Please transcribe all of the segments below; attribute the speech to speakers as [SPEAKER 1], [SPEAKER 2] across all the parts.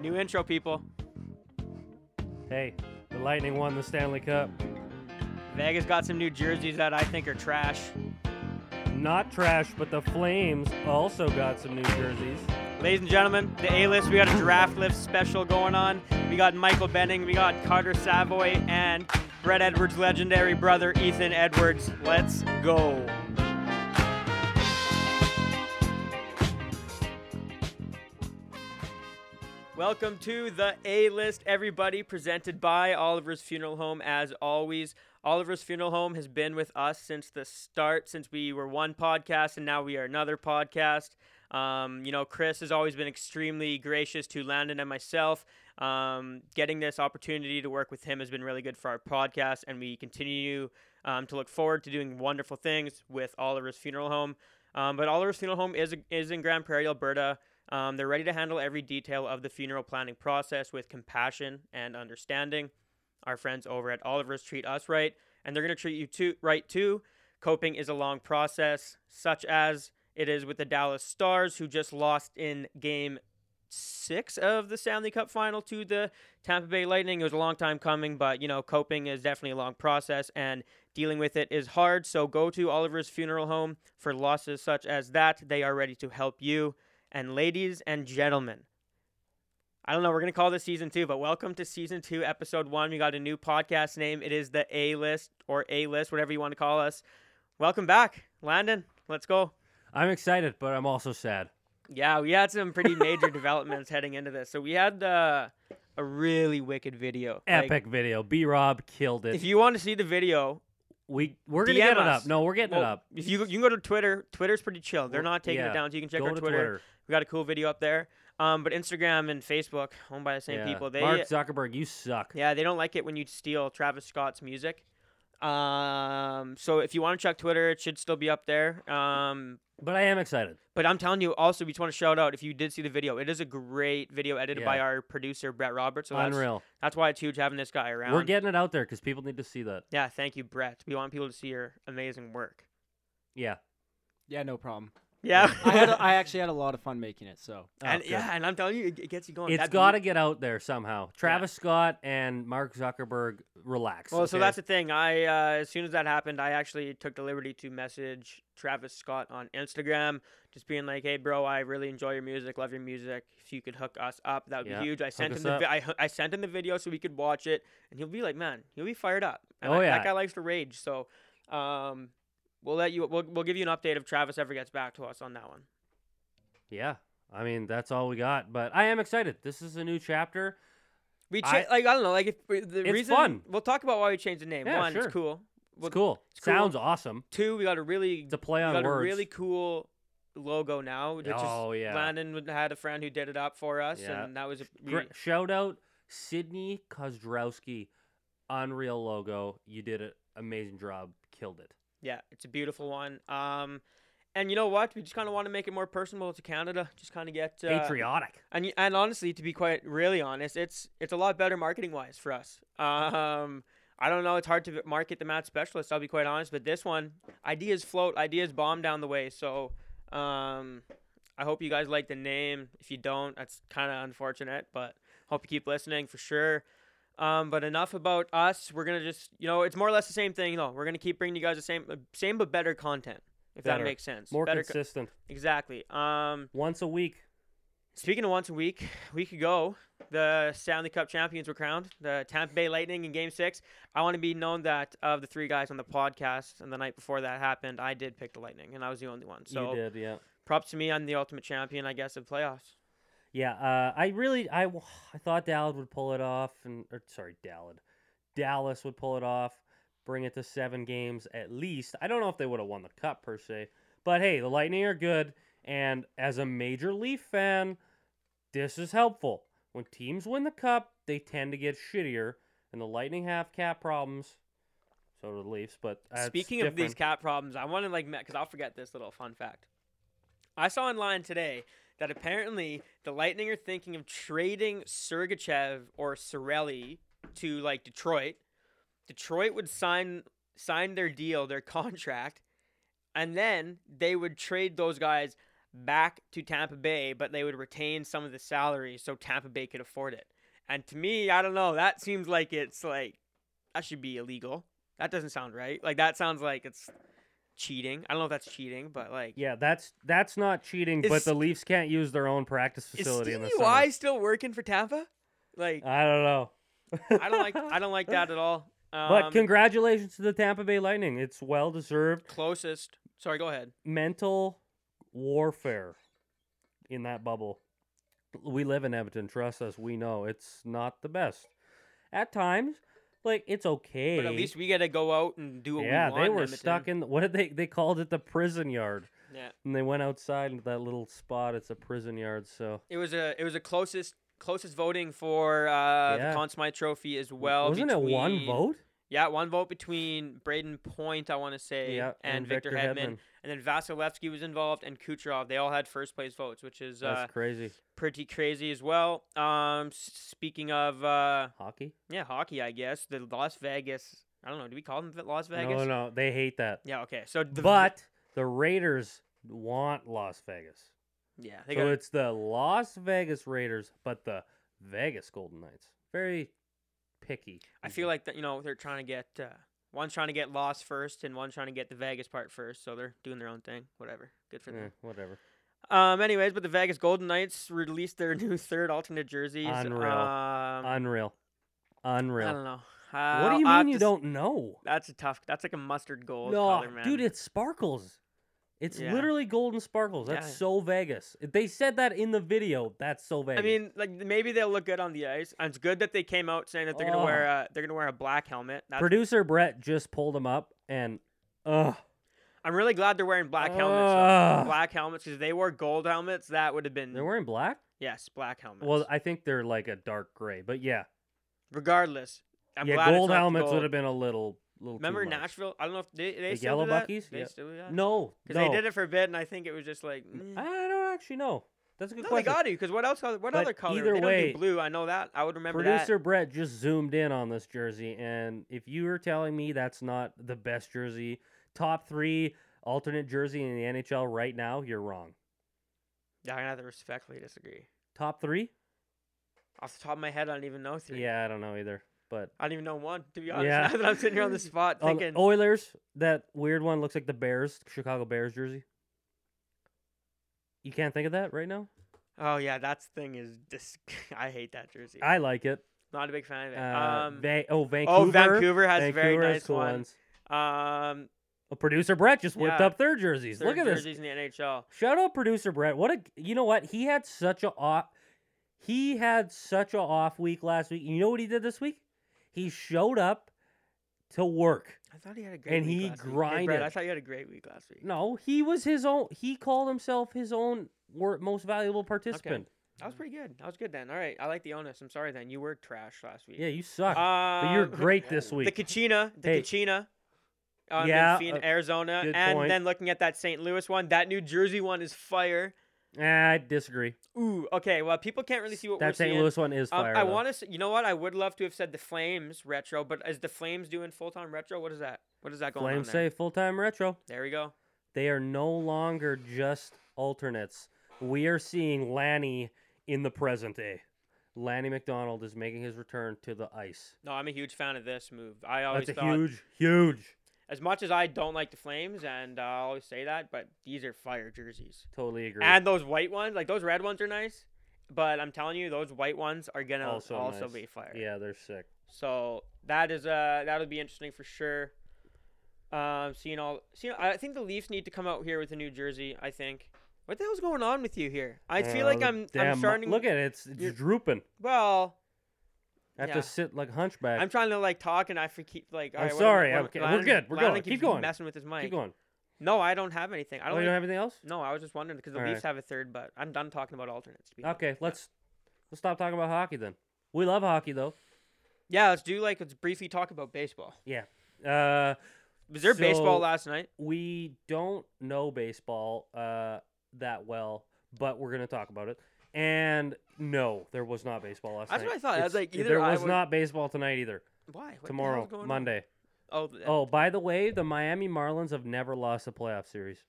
[SPEAKER 1] New intro, people.
[SPEAKER 2] Hey, the Lightning won the Stanley Cup.
[SPEAKER 1] Vegas got some new jerseys that I think are trash.
[SPEAKER 2] Not trash, but the Flames also got some new jerseys.
[SPEAKER 1] Ladies and gentlemen, the A list, we got a draft lift special going on. We got Michael Benning, we got Carter Savoy, and Brett Edwards' legendary brother, Ethan Edwards. Let's go. Welcome to the A List, everybody, presented by Oliver's Funeral Home. As always, Oliver's Funeral Home has been with us since the start, since we were one podcast and now we are another podcast. Um, you know, Chris has always been extremely gracious to Landon and myself. Um, getting this opportunity to work with him has been really good for our podcast, and we continue um, to look forward to doing wonderful things with Oliver's Funeral Home. Um, but Oliver's Funeral Home is, is in Grand Prairie, Alberta. Um, they're ready to handle every detail of the funeral planning process with compassion and understanding. Our friends over at Oliver's treat us right, and they're going to treat you too right too. Coping is a long process, such as it is with the Dallas Stars, who just lost in Game Six of the Stanley Cup Final to the Tampa Bay Lightning. It was a long time coming, but you know, coping is definitely a long process, and dealing with it is hard. So go to Oliver's funeral home for losses such as that. They are ready to help you. And ladies and gentlemen, I don't know, we're going to call this season two, but welcome to season two, episode one. We got a new podcast name. It is the A List or A List, whatever you want to call us. Welcome back, Landon. Let's go.
[SPEAKER 2] I'm excited, but I'm also sad.
[SPEAKER 1] Yeah, we had some pretty major developments heading into this. So we had uh, a really wicked video. Like,
[SPEAKER 2] Epic video. B Rob killed it.
[SPEAKER 1] if you want to see the video,
[SPEAKER 2] we we're gonna
[SPEAKER 1] DM
[SPEAKER 2] get it
[SPEAKER 1] us.
[SPEAKER 2] up. No, we're getting it
[SPEAKER 1] well,
[SPEAKER 2] up.
[SPEAKER 1] if you you can go to Twitter, Twitter's pretty chill. They're
[SPEAKER 2] Well,
[SPEAKER 1] not taking
[SPEAKER 2] yeah.
[SPEAKER 1] it down, so you can check
[SPEAKER 2] Go
[SPEAKER 1] our
[SPEAKER 2] to
[SPEAKER 1] Twitter.
[SPEAKER 2] Twitter.
[SPEAKER 1] We got a cool video up there. Um, but Instagram and Facebook, owned by the same
[SPEAKER 2] Yeah.
[SPEAKER 1] people, they
[SPEAKER 2] Mark Zuckerberg, you suck.
[SPEAKER 1] Yeah, they don't like it when you steal Travis Scott's music. Um, so if you want to check Twitter, it should still be up there. Um,
[SPEAKER 2] But I am excited.
[SPEAKER 1] but I'm telling you, also, we just want to shout out if you did see the video, it is a great video edited by
[SPEAKER 2] Yeah.
[SPEAKER 1] our producer Brett Roberts. So that's,
[SPEAKER 2] Unreal.
[SPEAKER 1] that's why it's huge having this guy around.
[SPEAKER 2] We're getting it out there because people need to see that.
[SPEAKER 1] yeah, thank you, Brett. We want people to see your amazing work.
[SPEAKER 2] Yeah.
[SPEAKER 3] Yeah, no problem.
[SPEAKER 1] Yeah,
[SPEAKER 3] I had a, I actually had a lot of fun making it. So
[SPEAKER 2] Oh,
[SPEAKER 1] and
[SPEAKER 2] good.
[SPEAKER 1] yeah, and I'm telling you, it, it gets you going.
[SPEAKER 2] It's
[SPEAKER 1] That
[SPEAKER 2] got
[SPEAKER 1] mu-
[SPEAKER 2] to get out there somehow. Travis Scott and Mark Zuckerberg, relax.
[SPEAKER 1] Well, so
[SPEAKER 2] okay?
[SPEAKER 1] that's the thing. I uh, as soon as that happened, I actually took the liberty to message Travis Scott on Instagram, just being like, "Hey, bro, I really enjoy your music, love your music. If you could hook us up, that would
[SPEAKER 2] Yeah,
[SPEAKER 1] be huge." I sent
[SPEAKER 2] us
[SPEAKER 1] him the
[SPEAKER 2] up.
[SPEAKER 1] vi- I, hu- I sent him the video so we could watch it, and he'll be like, "Man, he'll be fired up." And
[SPEAKER 2] Oh,
[SPEAKER 1] I-
[SPEAKER 2] yeah.
[SPEAKER 1] that guy likes to rage. So, um, we'll let you. We'll, we'll give you an update if Travis ever gets back to us on that one.
[SPEAKER 2] Yeah. I mean, that's all we got. But I am excited. This is a new chapter.
[SPEAKER 1] We cha-
[SPEAKER 2] I-
[SPEAKER 1] like I don't know like if we- the
[SPEAKER 2] It's
[SPEAKER 1] reason
[SPEAKER 2] fun.
[SPEAKER 1] we'll talk about why we changed the name.
[SPEAKER 2] Yeah,
[SPEAKER 1] one,
[SPEAKER 2] sure.
[SPEAKER 1] it's cool.
[SPEAKER 2] It's
[SPEAKER 1] Well,
[SPEAKER 2] cool.
[SPEAKER 1] it's cool.
[SPEAKER 2] Sounds awesome.
[SPEAKER 1] Two, we got a really
[SPEAKER 2] It's a play
[SPEAKER 1] We
[SPEAKER 2] on
[SPEAKER 1] got
[SPEAKER 2] words.
[SPEAKER 1] a really cool logo now. Which
[SPEAKER 2] Oh,
[SPEAKER 1] is,
[SPEAKER 2] yeah.
[SPEAKER 1] Landon would- had a friend who did it up for us,
[SPEAKER 2] Yeah.
[SPEAKER 1] and that was a we,
[SPEAKER 2] Gra- shout out Sydney Kozdraowski, unreal logo. You did an amazing job. Killed it.
[SPEAKER 1] yeah, it's a beautiful one. Um, and you know what? We just kind of want to make it more personable to Canada. Just kind of get uh,
[SPEAKER 2] Patriotic.
[SPEAKER 1] And y- and honestly, to be quite really honest, it's it's a lot better marketing wise for us. Um, I don't know. It's hard to market the Matt Specialist. I'll be quite honest, but this one, ideas float, ideas bomb down the way. So, um, I hope you guys like the name. If you don't, that's kind of unfortunate, but hope you keep listening for sure. Um, but enough about us. We're gonna just you know, it's more or less the same thing though. We're gonna keep bringing you guys the same same but better content. If that
[SPEAKER 2] Better.
[SPEAKER 1] makes sense.
[SPEAKER 2] More
[SPEAKER 1] better co-
[SPEAKER 2] consistent.
[SPEAKER 1] exactly. Um.
[SPEAKER 2] Once a week.
[SPEAKER 1] Speaking of once a week, a week ago, the Stanley Cup champions were crowned, the Tampa Bay Lightning in Game Six. I want to be known that of the three guys on the podcast, and the night before that happened, I did pick the Lightning, and I was the only one.
[SPEAKER 2] you
[SPEAKER 1] So
[SPEAKER 2] did, yeah.
[SPEAKER 1] props to me. I'm the ultimate champion, I guess, of playoffs.
[SPEAKER 2] Yeah, uh, I really, I, w- I thought Dallas would pull it off, and or, sorry, Dallas, Dallas would pull it off, bring it to seven games at least. I don't know if they would have won the cup per se, but hey, the Lightning are good, and as a major Leaf fan, this is helpful. When teams win the cup, they tend to get shittier, and the Lightning have cap problems. So do the Leafs, but that's
[SPEAKER 1] Speaking of these
[SPEAKER 2] different.
[SPEAKER 1] cat problems, I want to like because I'll forget this little fun fact. I saw online today that apparently the Lightning are thinking of trading Sergachev or Sorelli to like Detroit. Detroit would sign sign their deal, their contract, and then they would trade those guys back to Tampa Bay, but they would retain some of the salary so Tampa Bay could afford it. And to me, I don't know, that seems like it's like that should be illegal. That doesn't sound right. Like that sounds like it's cheating. I don't know if that's cheating, but like
[SPEAKER 2] Yeah, that's that's not cheating,
[SPEAKER 1] Is
[SPEAKER 2] but the
[SPEAKER 1] Ste-
[SPEAKER 2] Leafs can't use their own practice
[SPEAKER 1] is
[SPEAKER 2] facility in the
[SPEAKER 1] Stevie
[SPEAKER 2] summer.
[SPEAKER 1] Y still working for Tampa? Like
[SPEAKER 2] I don't know.
[SPEAKER 1] I don't like I don't like that at all. Um,
[SPEAKER 2] But congratulations to the Tampa Bay Lightning. It's well deserved
[SPEAKER 1] closest. Sorry, go ahead.
[SPEAKER 2] mental warfare in that bubble. We live in Edmonton, trust us, we know it's not the best. At times, like it's okay.
[SPEAKER 1] But at least we get to go out and do what
[SPEAKER 2] yeah,
[SPEAKER 1] we want.
[SPEAKER 2] they were stuck in what did they they called it the prison yard.
[SPEAKER 1] Yeah,
[SPEAKER 2] And they went outside into that little spot. It's a prison yard, so
[SPEAKER 1] it was a it was a closest closest voting for uh,
[SPEAKER 2] Yeah.
[SPEAKER 1] the Conn Smythe Trophy as well.
[SPEAKER 2] wasn't it one
[SPEAKER 1] between-
[SPEAKER 2] vote?
[SPEAKER 1] Yeah, one vote between Braden Point, I want to say,
[SPEAKER 2] Yeah,
[SPEAKER 1] and, Victor, Hedman.
[SPEAKER 2] Hedman.
[SPEAKER 1] and then Vasilevsky was involved, and Kucherov. They all had first place votes, which is uh,
[SPEAKER 2] That's crazy.
[SPEAKER 1] pretty crazy as well. Um, s- speaking of uh,
[SPEAKER 2] Hockey?
[SPEAKER 1] yeah, hockey, I guess the Las Vegas. I don't know. Do we call them Las Vegas?
[SPEAKER 2] No, no, they hate that.
[SPEAKER 1] Yeah. Okay. So the
[SPEAKER 2] but the Raiders want Las Vegas.
[SPEAKER 1] yeah, they
[SPEAKER 2] So
[SPEAKER 1] got
[SPEAKER 2] it's the Las Vegas Raiders, but the Vegas Golden Knights. Very picky.
[SPEAKER 1] I feel like that you know they're trying to get uh, one's trying to get lost first and one's trying to get the Vegas part first, so they're doing their own thing. Whatever, good for
[SPEAKER 2] Eh,
[SPEAKER 1] them.
[SPEAKER 2] whatever.
[SPEAKER 1] Um, anyways, but the Vegas Golden Knights released their new third alternate jerseys.
[SPEAKER 2] Unreal.
[SPEAKER 1] Um,
[SPEAKER 2] Unreal.
[SPEAKER 1] I
[SPEAKER 2] Unreal.
[SPEAKER 1] don't know. Uh,
[SPEAKER 2] What do
[SPEAKER 1] I'll-
[SPEAKER 2] you
[SPEAKER 1] I'll
[SPEAKER 2] mean
[SPEAKER 1] have
[SPEAKER 2] you
[SPEAKER 1] to s-
[SPEAKER 2] don't know?
[SPEAKER 1] That's a tough. That's like a mustard gold
[SPEAKER 2] No,
[SPEAKER 1] color, man.
[SPEAKER 2] dude, it sparkles. It's
[SPEAKER 1] Yeah.
[SPEAKER 2] literally golden sparkles. That's
[SPEAKER 1] Yeah.
[SPEAKER 2] so Vegas. If They said that in the video. That's so Vegas.
[SPEAKER 1] I mean, like maybe they'll look good on the ice. And it's good that they came out saying that they're
[SPEAKER 2] Oh.
[SPEAKER 1] gonna wear uh, they're gonna wear a black helmet. That's,
[SPEAKER 2] producer Brett just pulled them up, and ugh,
[SPEAKER 1] I'm really glad they're wearing black helmets. though.
[SPEAKER 2] ugh.
[SPEAKER 1] Black helmets because if they wore gold helmets, that would have been
[SPEAKER 2] They're wearing black.
[SPEAKER 1] yes, black helmets.
[SPEAKER 2] Well, I think they're like a dark gray, but yeah,
[SPEAKER 1] regardless, I'm
[SPEAKER 2] yeah.
[SPEAKER 1] glad it's
[SPEAKER 2] Gold
[SPEAKER 1] not
[SPEAKER 2] helmets
[SPEAKER 1] gold.
[SPEAKER 2] would have been a little, little. too
[SPEAKER 1] Remember
[SPEAKER 2] much.
[SPEAKER 1] Nashville? I don't know if they, they
[SPEAKER 2] The
[SPEAKER 1] still
[SPEAKER 2] yellow
[SPEAKER 1] do that?
[SPEAKER 2] Buckies?
[SPEAKER 1] They
[SPEAKER 2] Yeah.
[SPEAKER 1] still do that?
[SPEAKER 2] No,
[SPEAKER 1] because they did it for a bit, and I think it was just like. mm.
[SPEAKER 2] I don't actually know. That's a good
[SPEAKER 1] No, they
[SPEAKER 2] question.
[SPEAKER 1] got to because what else? What
[SPEAKER 2] But
[SPEAKER 1] other color?
[SPEAKER 2] either
[SPEAKER 1] they
[SPEAKER 2] way,
[SPEAKER 1] don't do blue. I know that. I would remember
[SPEAKER 2] Producer Brett just zoomed in on this jersey, and if you were telling me that's not the best jersey, top three alternate jersey in the NHL right now, you're wrong.
[SPEAKER 1] that. Yeah, I have to respectfully disagree.
[SPEAKER 2] Top three?
[SPEAKER 1] Off the top of my head, I don't even know three.
[SPEAKER 2] Yeah, I don't know either. But
[SPEAKER 1] I don't even know one to be honest.
[SPEAKER 2] Yeah.
[SPEAKER 1] Now that I'm sitting here on the spot
[SPEAKER 2] Oh, the
[SPEAKER 1] thinking,
[SPEAKER 2] Oilers, that weird one looks like the Bears, Chicago Bears jersey. You can't think of that right now?
[SPEAKER 1] oh yeah, that thing is. Dis- I hate that jersey.
[SPEAKER 2] I like it.
[SPEAKER 1] Not a big fan of it.
[SPEAKER 2] Uh,
[SPEAKER 1] um,
[SPEAKER 2] Va- oh, Vancouver.
[SPEAKER 1] oh, Vancouver has
[SPEAKER 2] Vancouver
[SPEAKER 1] very
[SPEAKER 2] has
[SPEAKER 1] nice
[SPEAKER 2] cool
[SPEAKER 1] one.
[SPEAKER 2] ones.
[SPEAKER 1] Um,
[SPEAKER 2] Well, producer Brett just whipped
[SPEAKER 1] Yeah.
[SPEAKER 2] up their jerseys. Look
[SPEAKER 1] third
[SPEAKER 2] at this.
[SPEAKER 1] jerseys in the NHL.
[SPEAKER 2] Shout out producer Brett. What a you know what he had such a off. He had such a off week last week. You know what he did this week? He showed up to work.
[SPEAKER 1] I thought he had a great
[SPEAKER 2] And
[SPEAKER 1] week
[SPEAKER 2] he
[SPEAKER 1] last Week. Hey, Brett, I
[SPEAKER 2] grinded.
[SPEAKER 1] thought you had a great week last week.
[SPEAKER 2] No, he was his own. He called himself his own wor- most valuable participant.
[SPEAKER 1] That was pretty good. That was good then. All right. I like the onus. I'm sorry then. You were trash last week.
[SPEAKER 2] Yeah, you suck.
[SPEAKER 1] Um,
[SPEAKER 2] but you're great this
[SPEAKER 1] The
[SPEAKER 2] week.
[SPEAKER 1] Kachina. The
[SPEAKER 2] Hey.
[SPEAKER 1] Kachina. Um,
[SPEAKER 2] Yeah,
[SPEAKER 1] in Phoen-
[SPEAKER 2] uh,
[SPEAKER 1] Arizona.
[SPEAKER 2] good
[SPEAKER 1] and
[SPEAKER 2] point.
[SPEAKER 1] then looking at that St. Louis one, that New Jersey one is fire.
[SPEAKER 2] Ah, I disagree.
[SPEAKER 1] Ooh, okay. Well, people can't really see what we're
[SPEAKER 2] That St.
[SPEAKER 1] seeing.
[SPEAKER 2] Louis one is
[SPEAKER 1] Um,
[SPEAKER 2] fire.
[SPEAKER 1] I
[SPEAKER 2] though.
[SPEAKER 1] want to say, you know what? I would love to have said the Flames retro, but is the Flames doing full time retro? What is that? What is that going
[SPEAKER 2] Flames
[SPEAKER 1] on? There?
[SPEAKER 2] say full time retro.
[SPEAKER 1] there we go.
[SPEAKER 2] They are no longer just alternates. We are seeing Lanny in the present day. Lanny McDonald is making his return to the ice.
[SPEAKER 1] No, I'm a huge fan of this move. I always
[SPEAKER 2] That's a
[SPEAKER 1] thought,
[SPEAKER 2] huge, huge.
[SPEAKER 1] as much as I don't like the Flames, and uh, I always say that, but these are fire jerseys.
[SPEAKER 2] Totally agree.
[SPEAKER 1] And those white ones, like those red ones are nice, but I'm telling you, those white ones are gonna also,
[SPEAKER 2] Also nice.
[SPEAKER 1] be fire.
[SPEAKER 2] yeah, they're sick.
[SPEAKER 1] So that is uh that'll be interesting for sure. Um, seeing all, seeing, I think the Leafs need to come out here with a new jersey. I think. What the hell's going on with you here? I feel
[SPEAKER 2] Uh,
[SPEAKER 1] like
[SPEAKER 2] the
[SPEAKER 1] I'm
[SPEAKER 2] damn
[SPEAKER 1] I'm
[SPEAKER 2] mu-
[SPEAKER 1] starting.
[SPEAKER 2] Look at it. It's,
[SPEAKER 1] You're-
[SPEAKER 2] it's drooping.
[SPEAKER 1] well,
[SPEAKER 2] I have
[SPEAKER 1] Yeah.
[SPEAKER 2] to sit like hunchback.
[SPEAKER 1] I'm trying to like talk and I for- keep like. all
[SPEAKER 2] I'm
[SPEAKER 1] right, what am I-
[SPEAKER 2] sorry,
[SPEAKER 1] what am I-
[SPEAKER 2] okay, we're
[SPEAKER 1] Lionel-
[SPEAKER 2] good, we're
[SPEAKER 1] Lionel
[SPEAKER 2] going, keep
[SPEAKER 1] keeps
[SPEAKER 2] going,
[SPEAKER 1] Messing with his mic.
[SPEAKER 2] Keep going.
[SPEAKER 1] No, I don't have anything. I
[SPEAKER 2] Oh,
[SPEAKER 1] don't.
[SPEAKER 2] you
[SPEAKER 1] think-
[SPEAKER 2] don't have anything else?
[SPEAKER 1] No, I was just wondering because the
[SPEAKER 2] All
[SPEAKER 1] Leafs have a third, but I'm done talking about alternates. To be honest.
[SPEAKER 2] Okay, let's let's stop talking about hockey then. We love hockey though.
[SPEAKER 1] Yeah, let's do like let's briefly talk about baseball.
[SPEAKER 2] Uh,
[SPEAKER 1] Was there baseball
[SPEAKER 2] So-
[SPEAKER 1] last night?
[SPEAKER 2] we don't know baseball uh, that well, but we're gonna talk about it. And no, there was not baseball last
[SPEAKER 1] That's
[SPEAKER 2] night.
[SPEAKER 1] what I thought. I was like, either
[SPEAKER 2] there
[SPEAKER 1] I
[SPEAKER 2] was
[SPEAKER 1] would-
[SPEAKER 2] not baseball tonight either.
[SPEAKER 1] Why? What the hell's
[SPEAKER 2] Tomorrow,
[SPEAKER 1] going on?
[SPEAKER 2] Monday.
[SPEAKER 1] Oh, th-
[SPEAKER 2] Oh, by the way, the Miami Marlins have never lost a playoff series.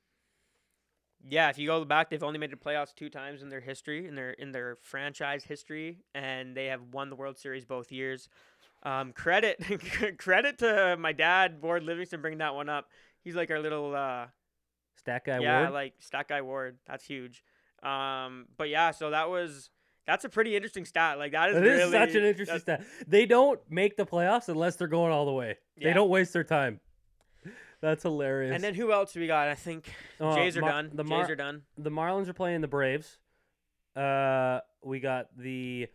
[SPEAKER 1] yeah, if you go back, they've only made the playoffs two times in their history, in their in their franchise history, and they have won the World Series both years. Um, credit credit to my dad, Ward Livingston, bringing that one up. He's like our little uh,
[SPEAKER 2] Stack guy
[SPEAKER 1] yeah,
[SPEAKER 2] Ward.
[SPEAKER 1] like stat guy Ward. That's huge. Um, but yeah, so that was that's a pretty interesting stat. Like that is
[SPEAKER 2] That is
[SPEAKER 1] really
[SPEAKER 2] such an interesting
[SPEAKER 1] that's-
[SPEAKER 2] stat. They don't make the playoffs unless they're going all the way.
[SPEAKER 1] Yeah.
[SPEAKER 2] They don't waste their time. That's hilarious.
[SPEAKER 1] And then who else we got? I think
[SPEAKER 2] Uh,
[SPEAKER 1] Jays are
[SPEAKER 2] Mar-
[SPEAKER 1] done.
[SPEAKER 2] The,
[SPEAKER 1] Jays
[SPEAKER 2] Mar-
[SPEAKER 1] are done.
[SPEAKER 2] the Marlins are playing the Braves. Uh, we got the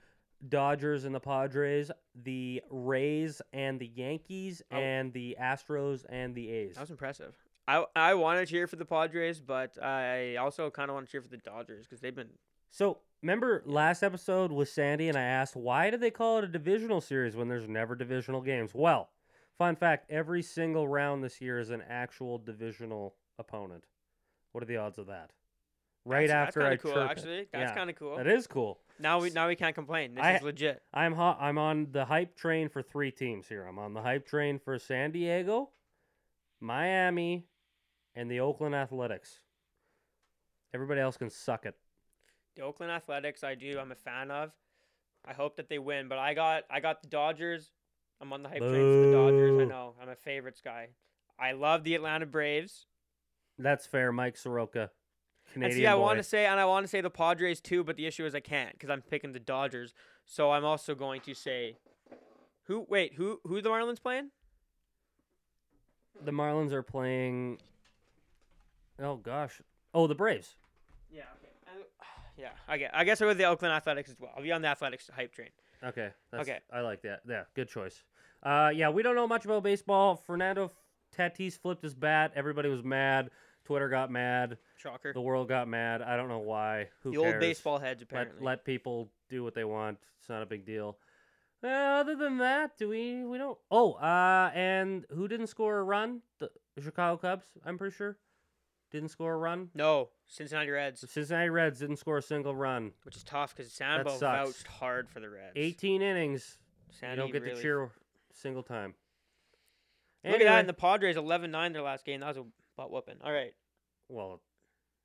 [SPEAKER 2] Dodgers and the Padres, the Rays and the Yankees,
[SPEAKER 1] Oh.
[SPEAKER 2] and the Astros and the A's.
[SPEAKER 1] That was impressive. I I want to cheer for the Padres, but I also kind of want to cheer for the Dodgers because they've been
[SPEAKER 2] So remember last episode with Sandy and I asked why do they call it a divisional series when there's never divisional games? Well, fun fact, every single round this year is an actual divisional opponent. What are the odds of that? Right
[SPEAKER 1] that's-
[SPEAKER 2] after
[SPEAKER 1] that's
[SPEAKER 2] I
[SPEAKER 1] kinda cool
[SPEAKER 2] chirp it.
[SPEAKER 1] actually. That's
[SPEAKER 2] Yeah,
[SPEAKER 1] kind of cool.
[SPEAKER 2] That is cool.
[SPEAKER 1] Now we now we can't complain. This
[SPEAKER 2] I-
[SPEAKER 1] is legit.
[SPEAKER 2] I'm hot. I'm on the hype train for three teams here. I'm on the hype train for San Diego, Miami, and the Oakland Athletics. Everybody else can suck it.
[SPEAKER 1] The Oakland Athletics, I do. I'm a fan of. I hope that they win, but I got I got the Dodgers. I'm on the hype train for the Dodgers. I
[SPEAKER 2] Boo.
[SPEAKER 1] know. I'm a favorites guy. I love the Atlanta Braves.
[SPEAKER 2] That's fair, Mike Soroka. Canadian
[SPEAKER 1] and see, I
[SPEAKER 2] boy.
[SPEAKER 1] want to say, and I want to say the Padres too, but the issue is I can't because I'm picking the Dodgers. So I'm also going to say, who? Wait, who? Who the Marlins playing?
[SPEAKER 2] The Marlins are playing. Oh gosh. Oh, the Braves.
[SPEAKER 1] Yeah. Okay. yeah. I guess I guess I go with the Oakland Athletics as well. I'll be on the Athletics hype train.
[SPEAKER 2] Okay. That's,
[SPEAKER 1] Okay.
[SPEAKER 2] I like that. Yeah, good choice. Uh, yeah, we don't know much about baseball. Fernando Tatis flipped his bat. Everybody was mad. Twitter got mad.
[SPEAKER 1] Shocker.
[SPEAKER 2] The world got mad. I don't know why. Who
[SPEAKER 1] The old
[SPEAKER 2] cares?
[SPEAKER 1] baseball heads
[SPEAKER 2] Let,
[SPEAKER 1] apparently.
[SPEAKER 2] let people do what they want. It's not a big deal. Uh, other than that, do we? We don't. Oh, uh, and who didn't score a run? The Chicago Cubs. I'm pretty sure didn't score a run.
[SPEAKER 1] no, Cincinnati Reds,
[SPEAKER 2] The Cincinnati Reds didn't score a single run.
[SPEAKER 1] which is tough because Sambo
[SPEAKER 2] sucks.
[SPEAKER 1] vouched hard for the Reds.
[SPEAKER 2] 18 innings.
[SPEAKER 1] Sandy
[SPEAKER 2] you don't get
[SPEAKER 1] really-
[SPEAKER 2] to cheer a single time.
[SPEAKER 1] Look at that.
[SPEAKER 2] Anyway-
[SPEAKER 1] And the Padres 11-9 their last game. That was a butt whooping. All right.
[SPEAKER 2] well,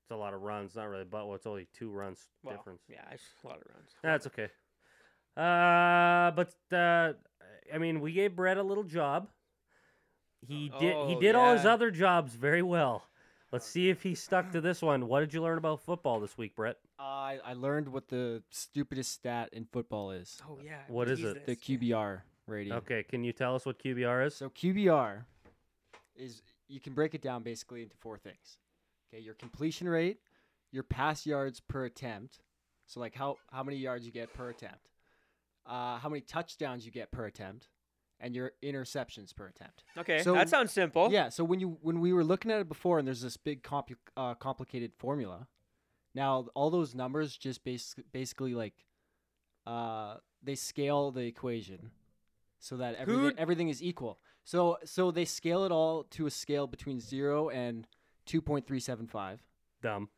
[SPEAKER 2] it's a lot of runs. Not really, but well, it's only two runs
[SPEAKER 1] Well,
[SPEAKER 2] difference.
[SPEAKER 1] Yeah, it's a lot of runs.
[SPEAKER 2] That's okay. Uh, but uh, I mean, we gave Brett a little job. He did. He
[SPEAKER 1] Oh,
[SPEAKER 2] did all his
[SPEAKER 1] yeah.
[SPEAKER 2] other jobs very well. Let's see if he stuck to this one. What did you learn about football this week, Brett?
[SPEAKER 3] I I learned what the stupidest stat in football is.
[SPEAKER 1] Oh yeah.
[SPEAKER 2] What is
[SPEAKER 1] Jesus.
[SPEAKER 2] it?
[SPEAKER 3] The QBR rating.
[SPEAKER 2] Okay, can you tell us what QBR is?
[SPEAKER 3] So QBR is you can break it down basically into four things. Okay, your completion rate, your pass yards per attempt. So like how how many yards you get per attempt. Uh, how many touchdowns you get per attempt and your interceptions per attempt.
[SPEAKER 1] Okay,
[SPEAKER 3] So-
[SPEAKER 1] that sounds simple.
[SPEAKER 3] Yeah, so when you when we were looking at it before and there's this big compli uh, complicated formula. Now all those numbers just bas- basically like uh, they scale the equation so that everything,
[SPEAKER 1] Who-
[SPEAKER 3] everything is equal. So so they scale it all to a scale between 0 and 2.375.
[SPEAKER 2] Dumb.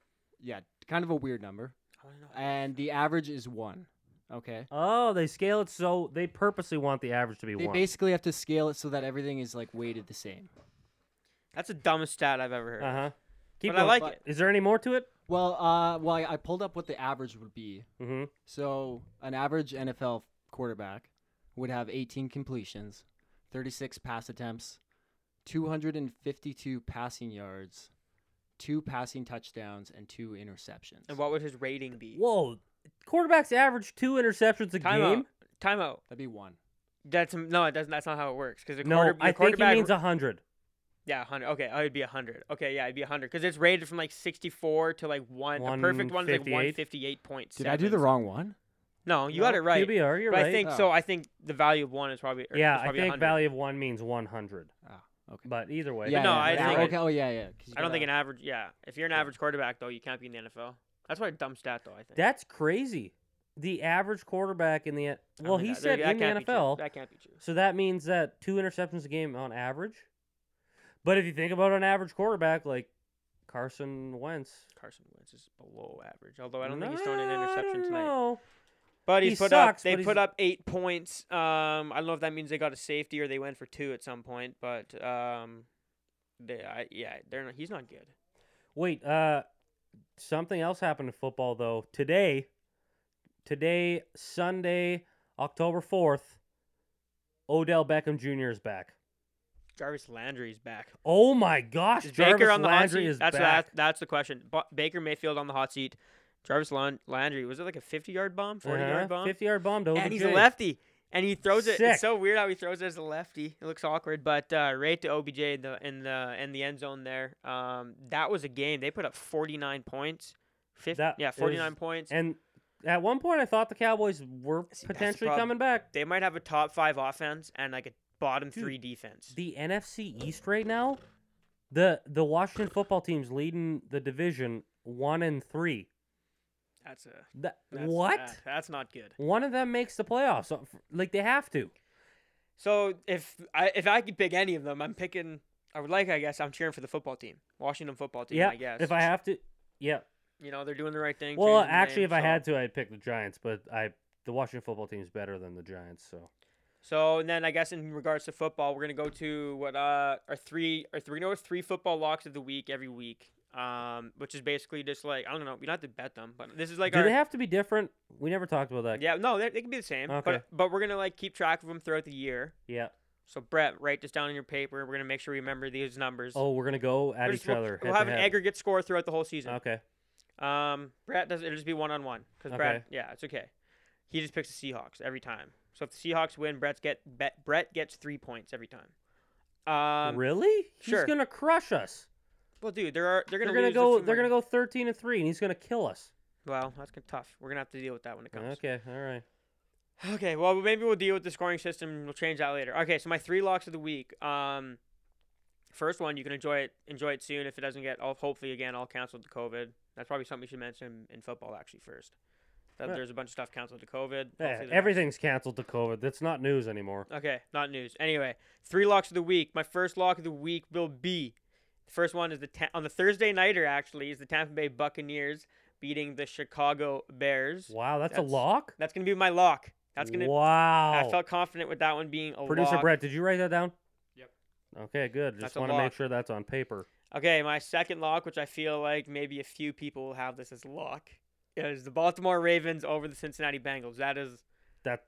[SPEAKER 3] Yeah, kind of a weird number.
[SPEAKER 1] I wanna know how
[SPEAKER 3] And the average is 1. Okay.
[SPEAKER 2] Oh, they scale it so they purposely want the average to be
[SPEAKER 3] They
[SPEAKER 2] one.
[SPEAKER 3] basically have to scale it so that everything is like weighted the same.
[SPEAKER 1] That's the dumbest stat I've ever heard.
[SPEAKER 2] uh huh. Keep
[SPEAKER 1] But I
[SPEAKER 2] going.
[SPEAKER 1] like
[SPEAKER 3] but-
[SPEAKER 1] it.
[SPEAKER 2] Is there any more to it?
[SPEAKER 3] Well, uh well I, I pulled up what the average would be.
[SPEAKER 2] Mm-hmm.
[SPEAKER 3] So an average NFL quarterback would have 18 completions, 36 pass attempts, 252 passing yards, two passing touchdowns, and two interceptions.
[SPEAKER 1] And what would his rating be?
[SPEAKER 2] Whoa, quarterbacks average two interceptions a
[SPEAKER 1] Time
[SPEAKER 2] game.
[SPEAKER 1] out. Time out.
[SPEAKER 3] That'd be one.
[SPEAKER 1] That's no, it doesn't. That's not how it works. Because
[SPEAKER 2] No,
[SPEAKER 1] quarter,
[SPEAKER 2] I
[SPEAKER 1] your
[SPEAKER 2] think he
[SPEAKER 1] quarterback-
[SPEAKER 2] means a hundred.
[SPEAKER 1] yeah, hundred. Okay, oh, it'd be hundred. Okay, yeah, it'd be hundred because it's rated from like sixty-four to like one. A perfect one is like
[SPEAKER 2] 158?
[SPEAKER 1] one fifty-eight point
[SPEAKER 3] Did
[SPEAKER 1] six.
[SPEAKER 3] I do the wrong one?
[SPEAKER 1] No, you
[SPEAKER 2] No,
[SPEAKER 1] got it right.
[SPEAKER 2] QBR, you're
[SPEAKER 1] but I
[SPEAKER 2] right.
[SPEAKER 1] think
[SPEAKER 3] Oh.
[SPEAKER 1] so. I think the value of one is probably or
[SPEAKER 2] yeah,
[SPEAKER 1] is
[SPEAKER 2] I
[SPEAKER 1] probably
[SPEAKER 2] think
[SPEAKER 1] 100.
[SPEAKER 2] value of one means one hundred.
[SPEAKER 3] Okay.
[SPEAKER 2] But either way,
[SPEAKER 1] no, I
[SPEAKER 3] yeah,
[SPEAKER 1] think-
[SPEAKER 3] okay. Oh yeah, yeah. 'cause you
[SPEAKER 1] I don't think an
[SPEAKER 3] gotta-
[SPEAKER 1] average. Yeah, if you're an average quarterback though, you can't be in the NFL. That's why a dumb stat though. I think.
[SPEAKER 2] that's crazy. The average quarterback in the
[SPEAKER 1] I don't
[SPEAKER 2] well,
[SPEAKER 1] think
[SPEAKER 2] he
[SPEAKER 1] that-
[SPEAKER 2] said
[SPEAKER 1] that
[SPEAKER 2] in the
[SPEAKER 1] can't be true.
[SPEAKER 2] NFL,
[SPEAKER 1] That can't be true.
[SPEAKER 2] so that means that two interceptions a game on average. But if you think about an average quarterback like Carson Wentz,
[SPEAKER 1] Carson Wentz is below average, although I don't think he's throwing an interception tonight.
[SPEAKER 2] No,
[SPEAKER 1] But
[SPEAKER 2] He
[SPEAKER 1] he's put up.
[SPEAKER 2] sucks,
[SPEAKER 1] They
[SPEAKER 2] but
[SPEAKER 1] put
[SPEAKER 2] he's-
[SPEAKER 1] up eight points. Um, I don't know if that means they got a safety or they went for two at some point. But um, they, I, yeah, they're not, he's not good.
[SPEAKER 2] wait, uh, something else happened in football though today. Today, Sunday, October fourth, Odell Beckham Jr. is back.
[SPEAKER 1] Jarvis Landry's back.
[SPEAKER 2] Oh my gosh,
[SPEAKER 1] Is
[SPEAKER 2] Jarvis
[SPEAKER 1] Baker on the hot
[SPEAKER 2] Landry
[SPEAKER 1] seat?
[SPEAKER 2] is
[SPEAKER 1] that's,
[SPEAKER 2] back.
[SPEAKER 1] that's that's the question. Ba- Baker Mayfield on the hot seat. Jarvis Lan- Landry was it like a fifty-yard bomb, forty-yard bomb?
[SPEAKER 2] fifty-yard Uh-huh. bomb to
[SPEAKER 1] and he's a
[SPEAKER 2] OBJ.
[SPEAKER 1] lefty. And he throws it.
[SPEAKER 2] Sick.
[SPEAKER 1] It's so weird how he throws it as a lefty. It looks awkward, but uh, right to OBJ in the in the in the end zone there. Um, that was a game. They put up 49 points. 50,
[SPEAKER 2] That
[SPEAKER 1] yeah, 49
[SPEAKER 2] is-
[SPEAKER 1] points.
[SPEAKER 2] And at one point, I thought the Cowboys were
[SPEAKER 1] See, that's the
[SPEAKER 2] potentially
[SPEAKER 1] problem.
[SPEAKER 2] coming back.
[SPEAKER 1] They might have a top five offense and like a bottom
[SPEAKER 2] Dude,
[SPEAKER 1] three defense.
[SPEAKER 2] The NFC East right now, the the Washington football team's leading the division one and three.
[SPEAKER 1] That's a
[SPEAKER 2] That,
[SPEAKER 1] that's
[SPEAKER 2] what?
[SPEAKER 1] bad. that's not good.
[SPEAKER 2] One of them makes the playoffs. So, f- Like they have to.
[SPEAKER 1] So if I if I could pick any of them, I'm picking. I would like, I guess, I'm cheering for the football team, Washington football team.
[SPEAKER 2] yeah.
[SPEAKER 1] I guess
[SPEAKER 2] If I have to, yeah.
[SPEAKER 1] you know, they're doing the right thing.
[SPEAKER 2] Well,
[SPEAKER 1] changing the
[SPEAKER 2] actually,
[SPEAKER 1] name,
[SPEAKER 2] if I
[SPEAKER 1] so-
[SPEAKER 2] had to, I'd pick the Giants. But I, the Washington football team's better than the Giants. So
[SPEAKER 1] So and then I guess in regards to football, we're gonna go to what uh our three our three no three football locks of the week every week. Um, which is basically just like I don't know, we don't have to bet them, but this is like
[SPEAKER 2] do
[SPEAKER 1] our
[SPEAKER 2] they have to be different? We never talked about that.
[SPEAKER 1] yeah no they, they can be the same,
[SPEAKER 2] Okay.
[SPEAKER 1] but but we're gonna like keep track of them throughout the year.
[SPEAKER 2] Yeah.
[SPEAKER 1] So Brett, write this down in your paper. We're gonna make sure we remember these numbers.
[SPEAKER 2] Oh, we're gonna go at
[SPEAKER 1] We're
[SPEAKER 2] each
[SPEAKER 1] just- we'll-
[SPEAKER 2] other.
[SPEAKER 1] We'll
[SPEAKER 2] head
[SPEAKER 1] have
[SPEAKER 2] to
[SPEAKER 1] an
[SPEAKER 2] head.
[SPEAKER 1] aggregate score throughout the whole season.
[SPEAKER 2] Okay.
[SPEAKER 1] Um, Brett does it'll just be one on one because Brett,
[SPEAKER 2] Okay.
[SPEAKER 1] yeah, it's okay. He just picks the Seahawks every time. So if the Seahawks win, Brett's get bet, Brett gets three points every time. Um,
[SPEAKER 2] really?
[SPEAKER 1] sure.
[SPEAKER 2] He's gonna crush us.
[SPEAKER 1] well, dude, there are they're
[SPEAKER 2] They're
[SPEAKER 1] gonna,
[SPEAKER 2] gonna
[SPEAKER 1] lose a
[SPEAKER 2] go.
[SPEAKER 1] few
[SPEAKER 2] They're
[SPEAKER 1] more
[SPEAKER 2] gonna go thirteen and three, and he's gonna kill us.
[SPEAKER 1] games. Well, that's gonna tough. We're gonna have to deal with that when it comes.
[SPEAKER 2] Okay. All right.
[SPEAKER 1] Okay. well, maybe we'll deal with the scoring system. We'll change that later. Okay. So my three locks of the week. Um, first one, you can enjoy it. Enjoy it soon if it doesn't get. All, hopefully, again, all canceled to COVID. That's probably something we should mention in football actually first. That
[SPEAKER 2] Yeah.
[SPEAKER 1] there's a bunch of stuff canceled to COVID.
[SPEAKER 2] Yeah,
[SPEAKER 1] Hopefully they're not-
[SPEAKER 2] Eh, everything's canceled to COVID. That's not news anymore.
[SPEAKER 1] Okay, not news. Anyway, three locks of the week. My first lock of the week will be the first one is the ta- on the Thursday nighter actually is the Tampa Bay Buccaneers beating the Chicago Bears.
[SPEAKER 2] Wow, that's,
[SPEAKER 1] That's-
[SPEAKER 2] a lock.
[SPEAKER 1] That's gonna be my lock. That's gonna.
[SPEAKER 2] Wow.
[SPEAKER 1] I felt confident with that one being a
[SPEAKER 2] Producer
[SPEAKER 1] lock.
[SPEAKER 2] Brett, did you write that down?
[SPEAKER 3] Yep.
[SPEAKER 2] Okay, good.
[SPEAKER 1] That's
[SPEAKER 2] Just
[SPEAKER 1] a
[SPEAKER 2] want to make
[SPEAKER 1] lock.
[SPEAKER 2] sure that's on paper.
[SPEAKER 1] Okay, my second lock, which I feel like maybe a few people will have this as a lock, is the Baltimore Ravens over the Cincinnati Bengals. That is
[SPEAKER 2] That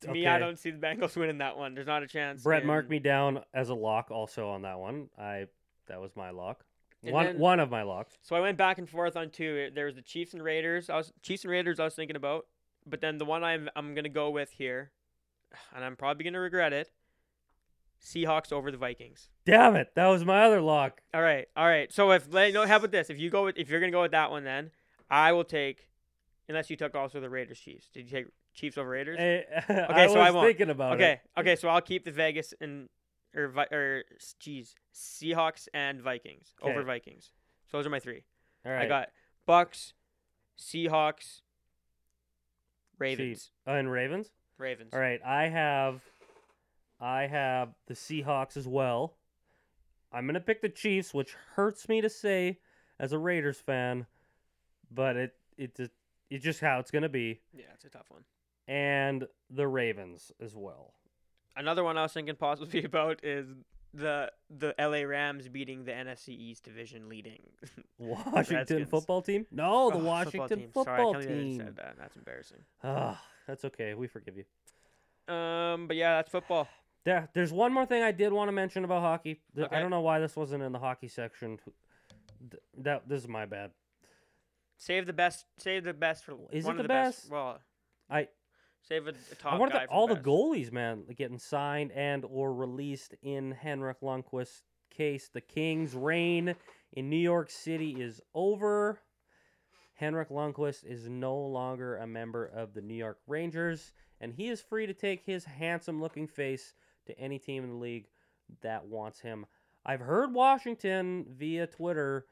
[SPEAKER 1] to me. I
[SPEAKER 2] Okay.
[SPEAKER 1] don't see the Bengals winning that one. There's not a chance.
[SPEAKER 2] Brett marked
[SPEAKER 1] and-
[SPEAKER 2] me down as a lock also on that one. I that was my lock.
[SPEAKER 1] And
[SPEAKER 2] One
[SPEAKER 1] then-
[SPEAKER 2] one of my locks.
[SPEAKER 1] So I went back and forth on two. There was the Chiefs and Raiders. I was Chiefs and Raiders. I was thinking about, but then the one I'm I'm gonna go with here, and I'm probably gonna regret it. Seahawks over the Vikings.
[SPEAKER 2] Damn it, that was my other lock.
[SPEAKER 1] All right, all right. So if let- no, how about this? If you go with if you're gonna go with that one, then I will take, unless you took also the Raiders Chiefs. Did you take Chiefs over Raiders?
[SPEAKER 2] Eh, I
[SPEAKER 1] Okay, so I
[SPEAKER 2] was
[SPEAKER 1] won't.
[SPEAKER 2] thinking about it.
[SPEAKER 1] okay, okay. So I'll keep the Vegas and or Vi- or geez Seahawks and Vikings over
[SPEAKER 2] Okay.
[SPEAKER 1] Vikings. So those are my three.
[SPEAKER 2] All right.
[SPEAKER 1] I got Bucks, Seahawks, Ravens.
[SPEAKER 2] Chiefs. Oh, and Ravens.
[SPEAKER 1] Ravens.
[SPEAKER 2] All right, I have, I have the Seahawks as well. I'm gonna pick the Chiefs, which hurts me to say as a Raiders fan, but it it just it's just how it's gonna be.
[SPEAKER 1] Yeah, it's a tough one.
[SPEAKER 2] And the Ravens as well.
[SPEAKER 1] Another one I was thinking possibly about is the the LA Rams beating the NFC East division leading.
[SPEAKER 2] Washington
[SPEAKER 1] Redskins.
[SPEAKER 2] football team? No, the
[SPEAKER 1] Oh,
[SPEAKER 2] Washington
[SPEAKER 1] Sorry, I
[SPEAKER 2] football,
[SPEAKER 1] can't believe I just
[SPEAKER 2] team.
[SPEAKER 1] said that. That's embarrassing.
[SPEAKER 2] Ah, that's okay. We forgive you.
[SPEAKER 1] Um, but yeah, that's football.
[SPEAKER 2] There, there's one more thing I did want to mention about hockey. Th-
[SPEAKER 1] Okay.
[SPEAKER 2] I don't know why this wasn't in the hockey section. Th- That this is my bad.
[SPEAKER 1] Save the best. Save the best for
[SPEAKER 2] Is it
[SPEAKER 1] one of
[SPEAKER 2] the
[SPEAKER 1] the best?
[SPEAKER 2] best?
[SPEAKER 1] Well,
[SPEAKER 2] I
[SPEAKER 1] save a, a top
[SPEAKER 2] I want
[SPEAKER 1] guy
[SPEAKER 2] the,
[SPEAKER 1] for
[SPEAKER 2] all the
[SPEAKER 1] best.
[SPEAKER 2] goalies, man, getting signed and or released in Henrik Lundqvist's case. The Kings' reign in New York City is over. Henrik Lundqvist is no longer a member of the New York Rangers, and he is free to take his handsome-looking face to any team in the league that wants him. I've heard Washington via Twitter.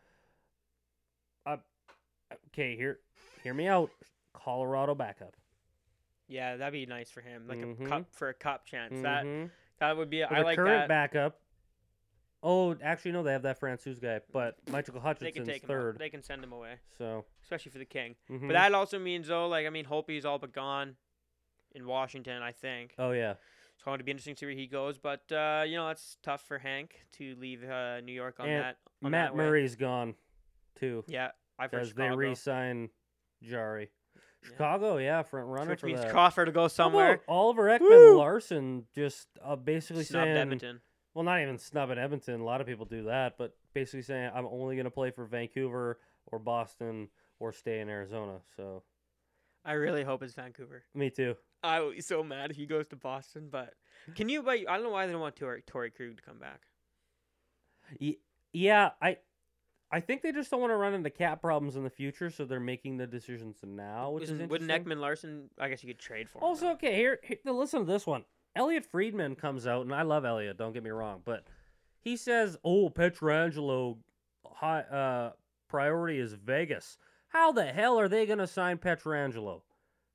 [SPEAKER 2] Uh, okay, hear hear me out. Colorado backup.
[SPEAKER 1] Yeah, that'd be nice for him, like a
[SPEAKER 2] Mhm.
[SPEAKER 1] cup for a cup chance. That
[SPEAKER 2] Mhm.
[SPEAKER 1] that would be.
[SPEAKER 2] With
[SPEAKER 1] I
[SPEAKER 2] the
[SPEAKER 1] like
[SPEAKER 2] current
[SPEAKER 1] that.
[SPEAKER 2] backup. Oh, actually, no, they have that Francis guy, but Michael
[SPEAKER 1] they can
[SPEAKER 2] Hutchinson's
[SPEAKER 1] take him. out.
[SPEAKER 2] third.
[SPEAKER 1] They can send him away,
[SPEAKER 2] So,
[SPEAKER 1] especially for the king.
[SPEAKER 2] mhm.
[SPEAKER 1] But that also means though, like I mean, Holpe's all but gone in Washington, I think.
[SPEAKER 2] oh yeah,
[SPEAKER 1] So it'll be interesting to see where he goes. But uh, you know, that's tough for Hank to leave uh, New York on
[SPEAKER 2] And
[SPEAKER 1] that. On
[SPEAKER 2] Matt
[SPEAKER 1] that way.
[SPEAKER 2] Murray's gone too.
[SPEAKER 1] Yeah, I for
[SPEAKER 2] because they
[SPEAKER 1] Chicago.
[SPEAKER 2] re-sign Jari. Chicago, yeah, front runner
[SPEAKER 1] which
[SPEAKER 2] for
[SPEAKER 1] means
[SPEAKER 2] that.
[SPEAKER 1] Coffer to go
[SPEAKER 2] How
[SPEAKER 1] somewhere.
[SPEAKER 2] about Oliver Ekman
[SPEAKER 1] Woo!
[SPEAKER 2] Larson just uh, basically
[SPEAKER 1] Snubbed
[SPEAKER 2] saying,
[SPEAKER 1] Edmonton.
[SPEAKER 2] well, not even snubbing Edmonton. A lot of people do that, but basically saying I'm only going to play for Vancouver or Boston or stay in Arizona. So
[SPEAKER 1] I really hope it's Vancouver.
[SPEAKER 2] me too.
[SPEAKER 1] I would be so mad if he goes to Boston, but can you? But I don't know why they don't want Tori, Tori Krug to come back.
[SPEAKER 2] Y- yeah, I, I think they just don't want to run into cap problems in the future, so they're making the decisions now, Uh, which
[SPEAKER 1] Isn't-
[SPEAKER 2] is
[SPEAKER 1] wouldn't
[SPEAKER 2] interesting.
[SPEAKER 1] Ekman Larson? I guess you could trade for him.
[SPEAKER 2] Also,
[SPEAKER 1] though.
[SPEAKER 2] okay, here, here now listen to this one. Elliot Friedman comes out, and I love Elliot. Don't get me wrong, but he says, "Oh, Petrangelo, high uh, priority is Vegas. How the hell are they going to sign Petrangelo?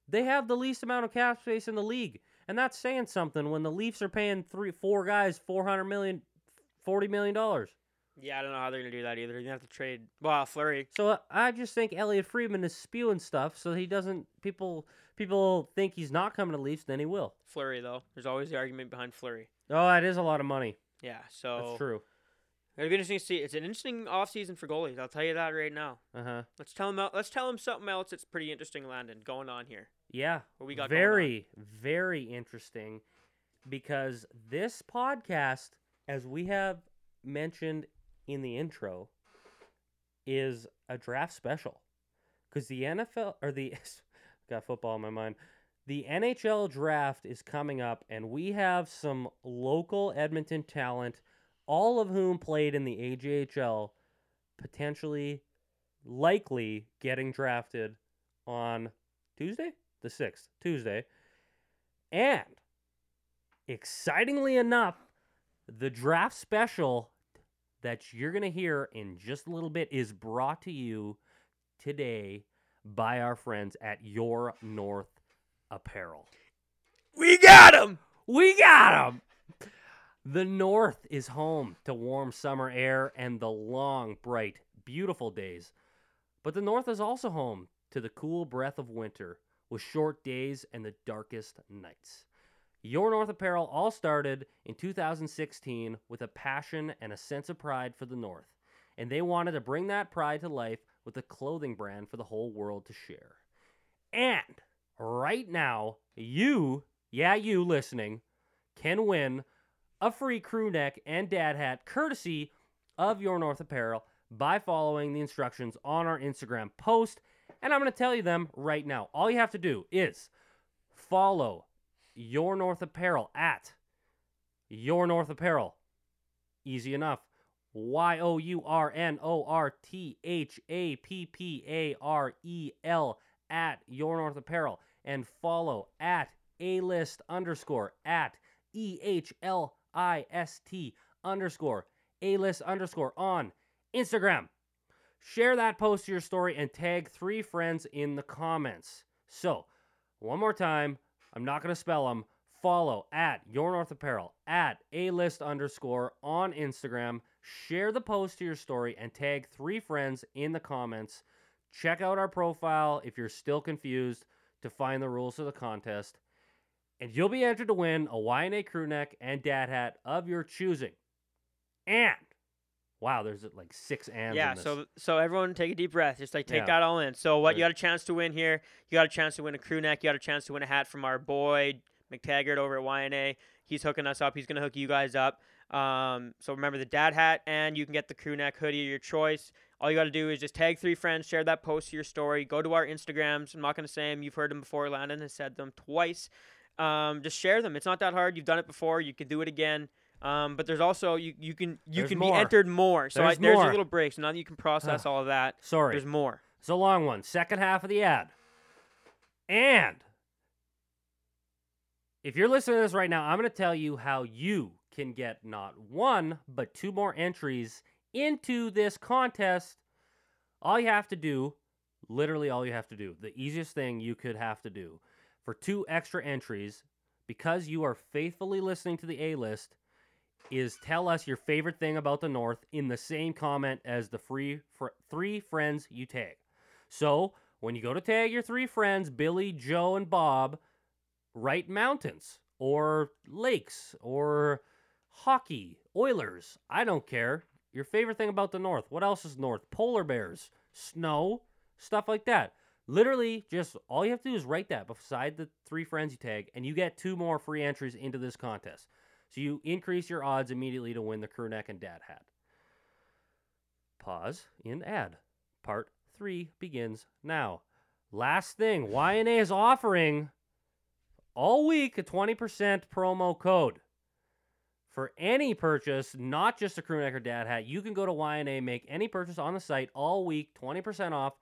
[SPEAKER 2] They have the least amount of cap space in the league, and that's saying something when the Leafs are paying three, four guys, four hundred million, forty million dollars.
[SPEAKER 1] yeah, I don't know how they're gonna do that either. You're gonna have to trade. Well, Flurry.
[SPEAKER 2] So I just think Elliot Friedman is spewing stuff, so he doesn't. People, people think he's not coming to Leafs, then he will.
[SPEAKER 1] Flurry though. There's always the argument behind Flurry.
[SPEAKER 2] Oh, that is a lot of money.
[SPEAKER 1] Yeah, so
[SPEAKER 2] That's true.
[SPEAKER 1] it'll be interesting to see. It's an interesting offseason for goalies. I'll tell you that right now.
[SPEAKER 2] Uh huh.
[SPEAKER 1] Let's tell him. Let's tell him something else that's pretty interesting, Landon, going on here.
[SPEAKER 2] Yeah.
[SPEAKER 1] What we got going on.
[SPEAKER 2] very, very interesting because this podcast, as we have mentioned in the intro, is a draft special because the NFL or the got football in my mind. The NHL draft is coming up, and we have some local Edmonton talent, all of whom played in the AJHL, potentially, likely getting drafted on Tuesday, the 6th, Tuesday. And excitingly enough, the draft special that you're going to hear in just a little bit is brought to you today by our friends at Your North Apparel.
[SPEAKER 1] We got him.
[SPEAKER 2] We got 'em. The North is home to warm summer air and the long, bright, beautiful days. But the North is also home to the cool breath of winter with short days and the darkest nights. Your North Apparel all started in 2016 with a passion and a sense of pride for the North, and they wanted to bring that pride to life with a clothing brand for the whole world to share. And right now, you, yeah, you listening, can win a free crew neck and dad hat courtesy of Your North Apparel by following the instructions on our Instagram post. And I'm going to tell you them right now. All you have to do is follow Your North Apparel at Your North Apparel. Easy enough. Y O U R N O R T H A P P A R E L at Your North Apparel and follow at A List underscore at E H L I S T underscore A List underscore on Instagram. Share that post to your story and tag three friends in the comments. So, one more time, I'm not going to spell them. Follow at Your North Apparel, at A List underscore on Instagram. Share the post to your story and tag three friends in the comments. Check out our profile if you're still confused to find the rules of the contest. And you'll be entered to win a YNA crew neck and dad hat of your choosing. And, wow, there's like six ands.
[SPEAKER 1] Yeah,
[SPEAKER 2] in this.
[SPEAKER 1] so so everyone take a deep breath. Just like take
[SPEAKER 2] Yeah.
[SPEAKER 1] that all in. So what you
[SPEAKER 2] Right.
[SPEAKER 1] got a chance to win here? You got a chance to win a crew neck. You got a chance to win a hat from our boy McTaggart over at YNA. He's hooking us up. He's gonna hook you guys up. Um, so remember the dad hat, and you can get the crew neck hoodie of your choice. All you got to do is just tag three friends, share that post to your story, go to our Instagrams. I'm not gonna say them. You've heard them before. Landon has said them twice. Um, just share them. It's not that hard. You've done it before. You can do it again. Um, but there's also you you can you
[SPEAKER 2] There's
[SPEAKER 1] can
[SPEAKER 2] more.
[SPEAKER 1] be entered more. So I,
[SPEAKER 2] There's
[SPEAKER 1] there's
[SPEAKER 2] more.
[SPEAKER 1] your little break. So now that you can process all of that,
[SPEAKER 2] Sorry.
[SPEAKER 1] there's more.
[SPEAKER 2] It's a long one. Second half of the ad. And if you're listening to this right now, I'm going to tell you how you can get not one, but two more entries into this contest. All you have to do, literally all you have to do, the easiest thing you could have to do for two extra entries, because you are faithfully listening to the A list, is tell us your favorite thing about the North in the same comment as the free fr- three friends you tag. So when you go to tag your three friends, Billy, Joe, and Bob, write mountains or lakes or hockey, Oilers. I don't care. Your favorite thing about the North. What else is North? Polar bears. snow, stuff like that. Literally, just all you have to do is write that beside the three friends you tag, and you get two more free entries into this contest. So you increase your odds immediately to win the crew neck and dad hat. Pause and ad. Part three begins now. Last thing, YNA is offering all week a 20% promo code for any purchase, not just a crew neck or dad hat. You can go to YNA, make any purchase on the site all week, 20% off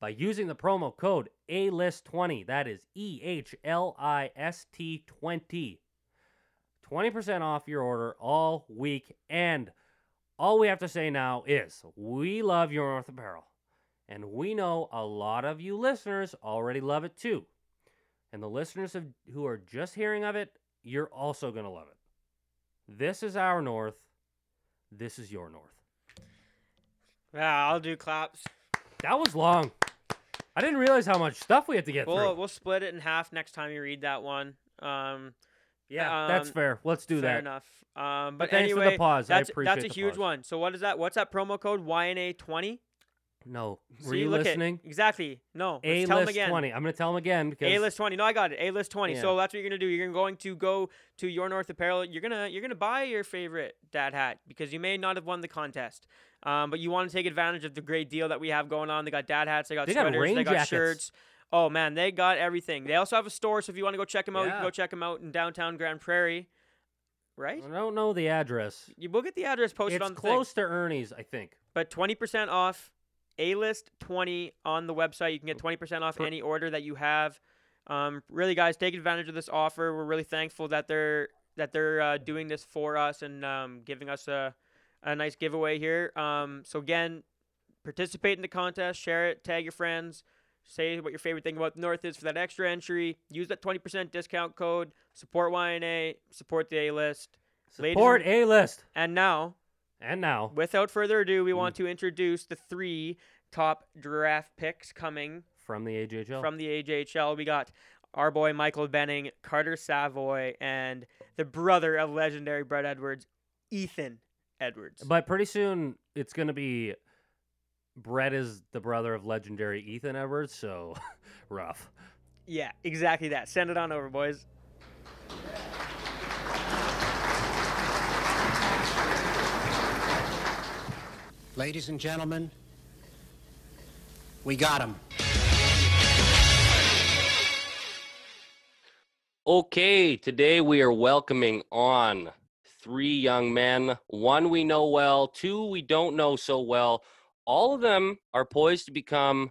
[SPEAKER 2] by using the promo code ALIST20. That is E H L I S T 20. 20% off your order all week. And all we have to say now is we love your North Apparel. And we know a lot of you listeners already love it too. And the listeners of, who are just hearing of it, you're also going to love it. This is our North. This is your North.
[SPEAKER 1] Yeah, I'll do claps.
[SPEAKER 2] That was long. I didn't realize how much stuff we had to get
[SPEAKER 1] We'll,
[SPEAKER 2] through.
[SPEAKER 1] we'll split it in half next time you read that one. Um,
[SPEAKER 2] yeah, that's
[SPEAKER 1] um,
[SPEAKER 2] fair. Let's do
[SPEAKER 1] fair
[SPEAKER 2] that.
[SPEAKER 1] enough. Um, but,
[SPEAKER 2] But thanks for
[SPEAKER 1] anyway,
[SPEAKER 2] the pause. I
[SPEAKER 1] that's
[SPEAKER 2] appreciate
[SPEAKER 1] that's a
[SPEAKER 2] the
[SPEAKER 1] huge
[SPEAKER 2] pause.
[SPEAKER 1] one. So what is that? What's that promo code? YNA twenty.
[SPEAKER 2] No,
[SPEAKER 1] So
[SPEAKER 2] were you,
[SPEAKER 1] you look
[SPEAKER 2] listening?
[SPEAKER 1] At, exactly. No.
[SPEAKER 2] A
[SPEAKER 1] Let's tell them
[SPEAKER 2] list
[SPEAKER 1] again.
[SPEAKER 2] twenty. I'm gonna tell them again because
[SPEAKER 1] A list twenty. No, I got it. A list twenty.
[SPEAKER 2] Yeah.
[SPEAKER 1] So that's what you're gonna do. You're going to go to your North Apparel. You're gonna you're gonna buy your favorite dad hat because you may not have won the contest, um, but you want to take advantage of the great deal that we have going on. They got dad hats. They got
[SPEAKER 2] They got
[SPEAKER 1] sweaters.
[SPEAKER 2] rain
[SPEAKER 1] they got
[SPEAKER 2] jackets.
[SPEAKER 1] shirts. Oh man, they got everything. They also have a store, so if you want to go check them out, you
[SPEAKER 2] Yeah.
[SPEAKER 1] can go check them out in downtown Grand Prairie, right?
[SPEAKER 2] I don't know the address.
[SPEAKER 1] You will get the address posted
[SPEAKER 2] It's
[SPEAKER 1] on the thing.
[SPEAKER 2] close to Ernie's, I think.
[SPEAKER 1] But 20% off A list 20 on the website. You can get 20% off
[SPEAKER 2] Per-
[SPEAKER 1] any order that you have. Um, really, guys, take advantage of this offer. We're really thankful that they're that they're uh, doing this for us and um, giving us a, a nice giveaway here. Um, so again, participate in the contest, share it, tag your friends, say what your favorite thing about the North is for that extra entry. Use that 20% discount code. Support YNA. Support the A list. Ladies
[SPEAKER 2] Support A list.
[SPEAKER 1] And now
[SPEAKER 2] And now
[SPEAKER 1] Without further ado,
[SPEAKER 4] Mm.
[SPEAKER 1] we want to introduce the three top draft picks coming
[SPEAKER 2] from the AJHL.
[SPEAKER 1] from the AJHL. We got our boy Michael Benning, Carter Savoy, and the brother of legendary Brett Edwards, Ethan Edwards.
[SPEAKER 2] but pretty soon it's gonna be. Brett is the brother of legendary Ethan Edwards, so rough.
[SPEAKER 1] yeah, exactly that. Send it on over, boys.
[SPEAKER 5] Ladies and gentlemen, we got him.
[SPEAKER 2] Okay, today we are welcoming on three young men. One we know well, two we don't know so well. All of them are poised to become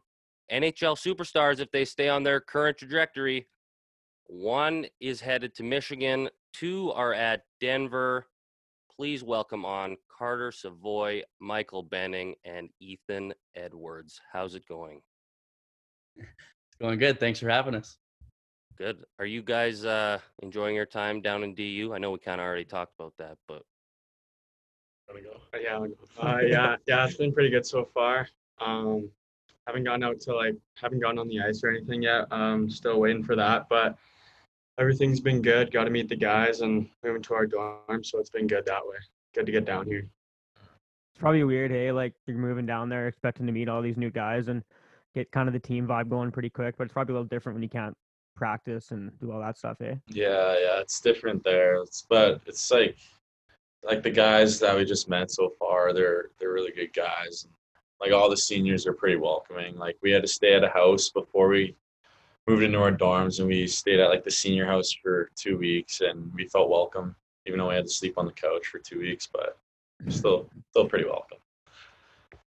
[SPEAKER 2] NHL superstars if they stay on their current trajectory. One is headed to Michigan, two are at Denver. Please welcome on Carter Savoy, Michael Benning, and Ethan Edwards. How's it going?
[SPEAKER 6] Going good. Thanks for having us.
[SPEAKER 2] Good. Are you guys uh, enjoying your time down in DU? I know we kind of already talked about that, but
[SPEAKER 7] Wanna go? Uh, Yeah, wanna go. uh, yeah, yeah. It's been pretty good so far. Um, haven't gone out to like, haven't gone on the ice or anything yet. Um, still waiting for that, but everything's been good. Got to meet the guys and moving to our dorm, so it's been good that way. Good to get down here.
[SPEAKER 4] it's probably weird, hey, like you're moving down there expecting to meet all these new guys and get kind of the team vibe going pretty quick, but it's probably a little different when you can't practice and do all that stuff, eh?
[SPEAKER 8] Yeah, yeah, it's different there. It's, but it's like like the guys that we just met so far, they're they're really good guys. Like all the seniors are pretty welcoming. Like we had to stay at a house before we moved into our dorms and we stayed at like the senior house for two weeks and we felt welcome, even though we had to sleep on the couch for two weeks, but still still pretty welcome.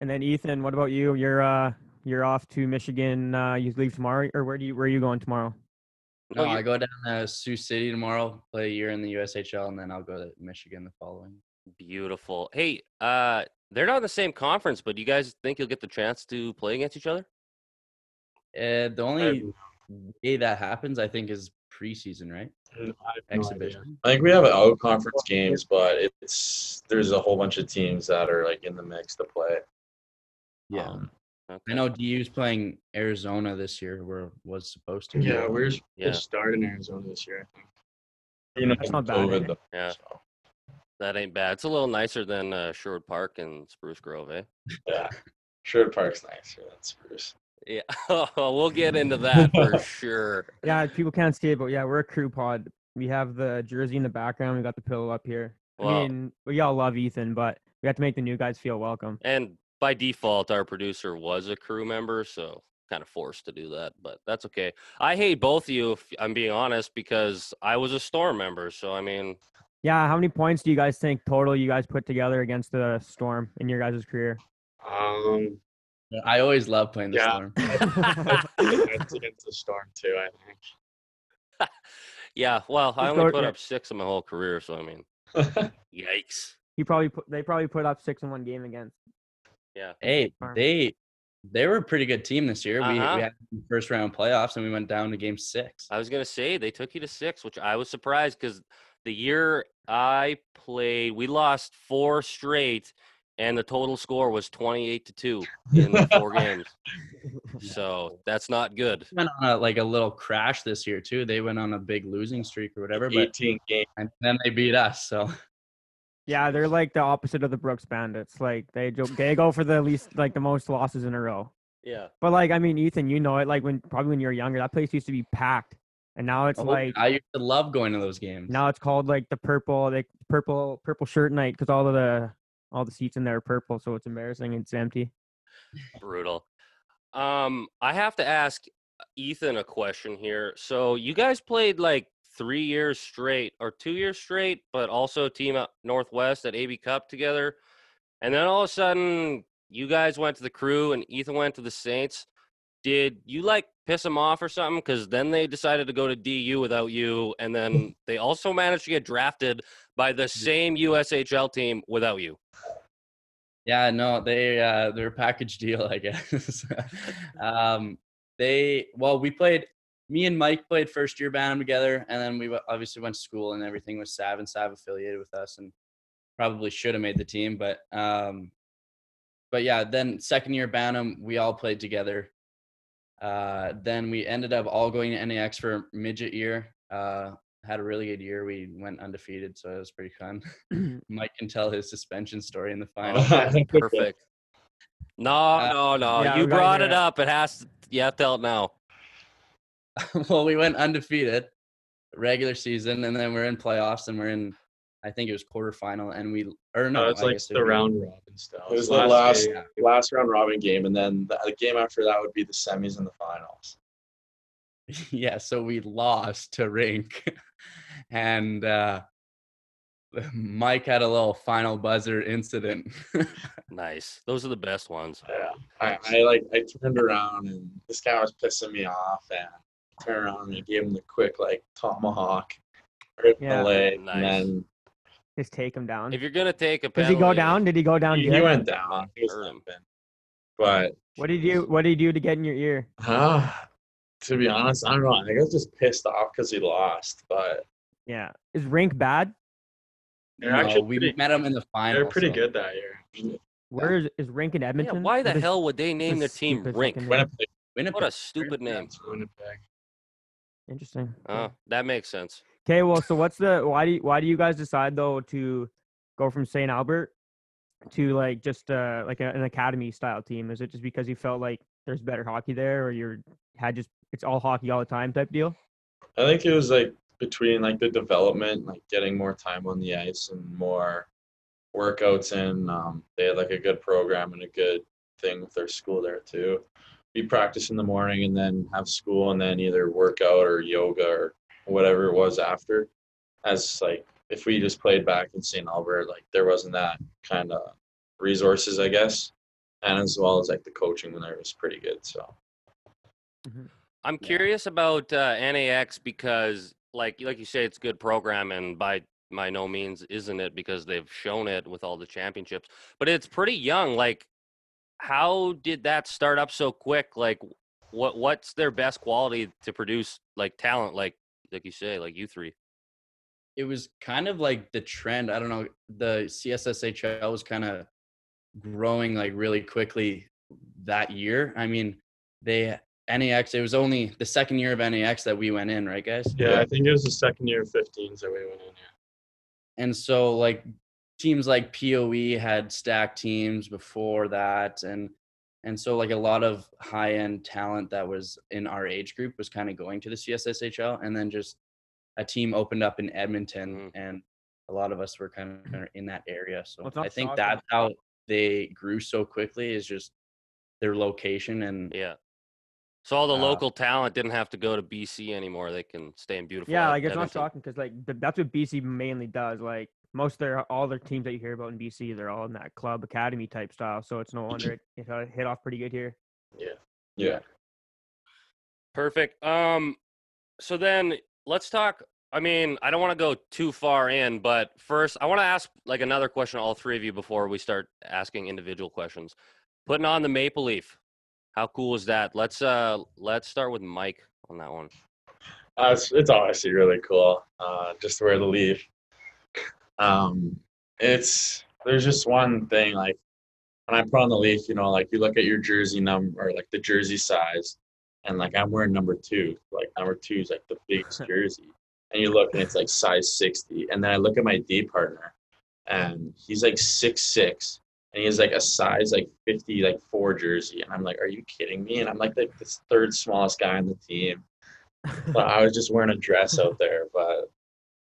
[SPEAKER 4] And then Ethan, what about you? You're uh you're off to Michigan, uh you leave tomorrow or where do you where are you going tomorrow?
[SPEAKER 2] No,
[SPEAKER 6] No, I
[SPEAKER 2] you-
[SPEAKER 6] go down to Sioux City tomorrow, play a year in the USHL, and then I'll go to Michigan the following.
[SPEAKER 2] beautiful. Hey, uh, they're not in the same conference, but do you guys think you'll get the chance to play against each other?
[SPEAKER 6] Uh, the only day that happens, I think, is preseason, right?
[SPEAKER 7] I have no idea.
[SPEAKER 6] Exhibition.
[SPEAKER 8] I think we have out conference games, but it's there's a whole bunch of teams that are like in the mix to play.
[SPEAKER 6] Yeah.
[SPEAKER 8] Um,
[SPEAKER 6] I
[SPEAKER 2] Okay.
[SPEAKER 6] know DU's playing Arizona this year, where was supposed to. be.
[SPEAKER 7] Yeah, we're just
[SPEAKER 2] Yeah.
[SPEAKER 7] we'll start in Arizona this year. I think.
[SPEAKER 8] Who knows
[SPEAKER 4] That's
[SPEAKER 8] with
[SPEAKER 4] not bad,
[SPEAKER 8] COVID,
[SPEAKER 4] eh?
[SPEAKER 8] though,
[SPEAKER 2] Yeah.
[SPEAKER 8] so,
[SPEAKER 2] That ain't bad. It's a little nicer than uh, Sherwood Park and Spruce Grove, eh?
[SPEAKER 8] yeah. Sherwood Park's nicer than Spruce.
[SPEAKER 2] Yeah, we'll get into that for sure.
[SPEAKER 1] Yeah, people can't see it, but yeah, we're a crew pod. We have the jersey in the background. We got the pillow up here.
[SPEAKER 2] Wow.
[SPEAKER 1] I mean, we all love Ethan, but we have to make the new guys feel welcome.
[SPEAKER 2] And by default, our producer was a crew member, so kind of forced to do that, but that's okay. I hate both of you, if I'm being honest, because I was a storm member. So, I mean,
[SPEAKER 1] Yeah, how many points do you guys think total you guys put together against the Storm in your guys' career?
[SPEAKER 9] Um,
[SPEAKER 6] I always love playing the
[SPEAKER 9] Yeah.
[SPEAKER 6] storm.
[SPEAKER 9] that's against the storm too. I think.
[SPEAKER 2] yeah, well, I
[SPEAKER 1] Just
[SPEAKER 2] only
[SPEAKER 1] go-
[SPEAKER 2] put
[SPEAKER 1] yeah.
[SPEAKER 2] up six in my whole career. So, I mean, yikes.
[SPEAKER 1] He probably put, they probably put up six in one game against.
[SPEAKER 6] Hey,
[SPEAKER 1] Farm.
[SPEAKER 6] they they were a pretty good team this year. We,
[SPEAKER 2] Uh-huh. Uh
[SPEAKER 6] we had first round playoffs and we went down to game six.
[SPEAKER 2] I was gonna say they took you to six, which I was surprised because the year I played, we lost four straight, and the total score was twenty-eight to two in the four games. So that's not good.
[SPEAKER 6] Went on a, like a little crash this year too. They went on a big losing streak or whatever, but
[SPEAKER 8] 18 games.
[SPEAKER 6] and then they beat us. So
[SPEAKER 1] Yeah, they're like the opposite of the Brooks Bandits. Like they jo- they go for the least like the most losses in a row.
[SPEAKER 2] Yeah.
[SPEAKER 1] But like I mean, Ethan, you know it. Like when probably when you were younger, that place used to be packed, and now it's
[SPEAKER 6] Oh,
[SPEAKER 1] like
[SPEAKER 6] I used to love going to those games.
[SPEAKER 1] now it's called like the purple like purple purple shirt night because all of the all the seats in there are purple, so it's embarrassing. It's empty.
[SPEAKER 2] brutal. Um, I have to ask uh, Ethan a question here. So you guys played like three years straight or two years straight, but also team up Northwest at AB Cup together, and then all of a sudden you guys went to the crew and Ethan went to the Saints. Did you like piss them off or something? Because then they decided to go to DU without you, and then they also managed to get drafted by the same USHL team without you.
[SPEAKER 6] Yeah, no, they uh they're a package deal, I guess. um they well, we played me and Mike played first year Bantam together and then we w- obviously went to school and everything was Sav and Sav affiliated with us and probably should have made the team, but um but yeah, then second year Bantam, we all played together. Uh then we ended up all going to NAX for midget year. Uh had a really good year. We went undefeated, so it was pretty fun. Mike can tell his suspension story in the final.
[SPEAKER 2] Perfect. No,
[SPEAKER 6] Uh,
[SPEAKER 2] no, no.
[SPEAKER 1] yeah,
[SPEAKER 2] you
[SPEAKER 1] we gotta
[SPEAKER 2] brought
[SPEAKER 1] hear
[SPEAKER 2] it
[SPEAKER 1] it.
[SPEAKER 2] up. It has to. You have to tell it now.
[SPEAKER 6] well, we went undefeated regular season, and then we're in playoffs, and we're in, I think it was quarterfinal, and we or
[SPEAKER 9] No, Oh,
[SPEAKER 6] no,
[SPEAKER 9] Uh, it's
[SPEAKER 6] I
[SPEAKER 9] like
[SPEAKER 6] guess it
[SPEAKER 9] the
[SPEAKER 6] would be-
[SPEAKER 9] round robin style.
[SPEAKER 8] It was
[SPEAKER 9] It's
[SPEAKER 8] the last
[SPEAKER 9] game.
[SPEAKER 8] last round robin game, and then the, the game after that would be the semis and the finals.
[SPEAKER 6] yeah, so we lost to Rink, and uh, Mike had a little final buzzer incident.
[SPEAKER 2] Nice. Those are the best ones.
[SPEAKER 8] Yeah, I, I like I turned around and this guy was pissing me off, and I turned around and I gave him the quick like tomahawk, right in
[SPEAKER 1] Yeah.
[SPEAKER 8] the leg,
[SPEAKER 2] Nice.
[SPEAKER 8] and then
[SPEAKER 1] Just take him down.
[SPEAKER 2] If you're gonna take a
[SPEAKER 1] Does
[SPEAKER 2] penalty,
[SPEAKER 1] he go down? Did he go down?
[SPEAKER 8] he, he
[SPEAKER 1] good?
[SPEAKER 8] went down. He was
[SPEAKER 2] Hurt him.
[SPEAKER 8] limping. But
[SPEAKER 1] What did you What did you do to get in your ear?
[SPEAKER 8] uh, to be honest, I don't know. I think I was just pissed off because he lost. But
[SPEAKER 1] Yeah, is Rink bad?
[SPEAKER 9] They're
[SPEAKER 6] No,
[SPEAKER 9] actually
[SPEAKER 6] we
[SPEAKER 9] pretty-
[SPEAKER 6] met him in the final.
[SPEAKER 9] They're pretty
[SPEAKER 6] so-
[SPEAKER 9] good that year.
[SPEAKER 1] Where is is Rink in
[SPEAKER 2] Yeah,
[SPEAKER 1] Edmonton?
[SPEAKER 2] why the
[SPEAKER 1] This-
[SPEAKER 2] hell would they name their
[SPEAKER 1] this
[SPEAKER 2] team
[SPEAKER 1] stupid
[SPEAKER 2] Rink?
[SPEAKER 1] fucking name.
[SPEAKER 8] Winnipeg,
[SPEAKER 6] Winnipeg.
[SPEAKER 2] What a stupid name.
[SPEAKER 9] That's Winnipeg.
[SPEAKER 1] Interesting.
[SPEAKER 2] Oh, that makes sense.
[SPEAKER 1] Okay, well, so what's the why do you, why do you guys decide though to go from St. Albert to like just uh like a, an academy style team? Is it just because you felt like there's better hockey there, or you're had just it's all hockey all the time type deal?
[SPEAKER 8] I think it was like between like the development, like getting more time on the ice and more workouts in. Um, they had like a good program and a good thing with their school there too. We practice in the morning and then have school and then either workout or yoga or whatever it was after. As like if we just played back in St. Albert, like there wasn't that kind of resources, I guess. And as well as like the coaching there was pretty good. So
[SPEAKER 2] I'm curious about uh, NAX because, like, like you say, it's a good program, and by by no means isn't it because they've shown it with all the championships. But it's pretty young. Like, how did that start up so quick? Like, what what's their best quality to produce like talent? Like, like you say, like you three.
[SPEAKER 6] it was kind of like the trend. I don't know. The CSSHL was kind of growing like really quickly that year. I mean, they NAX. It was only the second year of NAX that we went in, right, guys?
[SPEAKER 9] Yeah, I think it was the second year of 15s that we went in. Yeah.
[SPEAKER 6] And so E like teams like POE had stacked teams before that, and And so like a lot of high end talent that was in our age group was kind of going to the CSSHL and then just a team opened up in Edmonton and a lot of us were kind of in that area. So
[SPEAKER 1] Mm-hmm. Well, it's not
[SPEAKER 6] I think
[SPEAKER 1] shocking.
[SPEAKER 6] that's how they grew so quickly is just their location and
[SPEAKER 1] Mm.
[SPEAKER 2] Yeah. So all the
[SPEAKER 6] Uh,
[SPEAKER 2] local talent didn't have to go to BC anymore. They can stay in beautiful.
[SPEAKER 1] Yeah,
[SPEAKER 2] Ed-
[SPEAKER 1] like it's not
[SPEAKER 2] Edmonton.
[SPEAKER 1] shocking because like th- that's what BC mainly does. Like most of their all their teams that you hear about in BC, they're all in that club academy type style. So it's no wonder it, it uh, hit off pretty good here.
[SPEAKER 8] Yeah.
[SPEAKER 2] Perfect. Um, so then let's talk. I mean, I don't want to go too far in, but first, I want to ask like another question to all three of you before we start asking individual questions. Putting on the maple leaf, how cool is that? Let's uh, let's start with Mike on that one.
[SPEAKER 8] Uh, it's, it's obviously really cool. Uh, just to wear the leaf. Um, it's there's just one thing like when I put on the leaf, you know, like you look at your jersey number or like the jersey size, and like I'm wearing number two. Like number two is like the biggest jersey, and you look and it's like size sixty. And then I look at my D partner, and he's like six six, and he has like a size like fifty like four jersey, and I'm like, are you kidding me? And I'm like the, the third smallest guy on the team. But I was just wearing a dress out there, but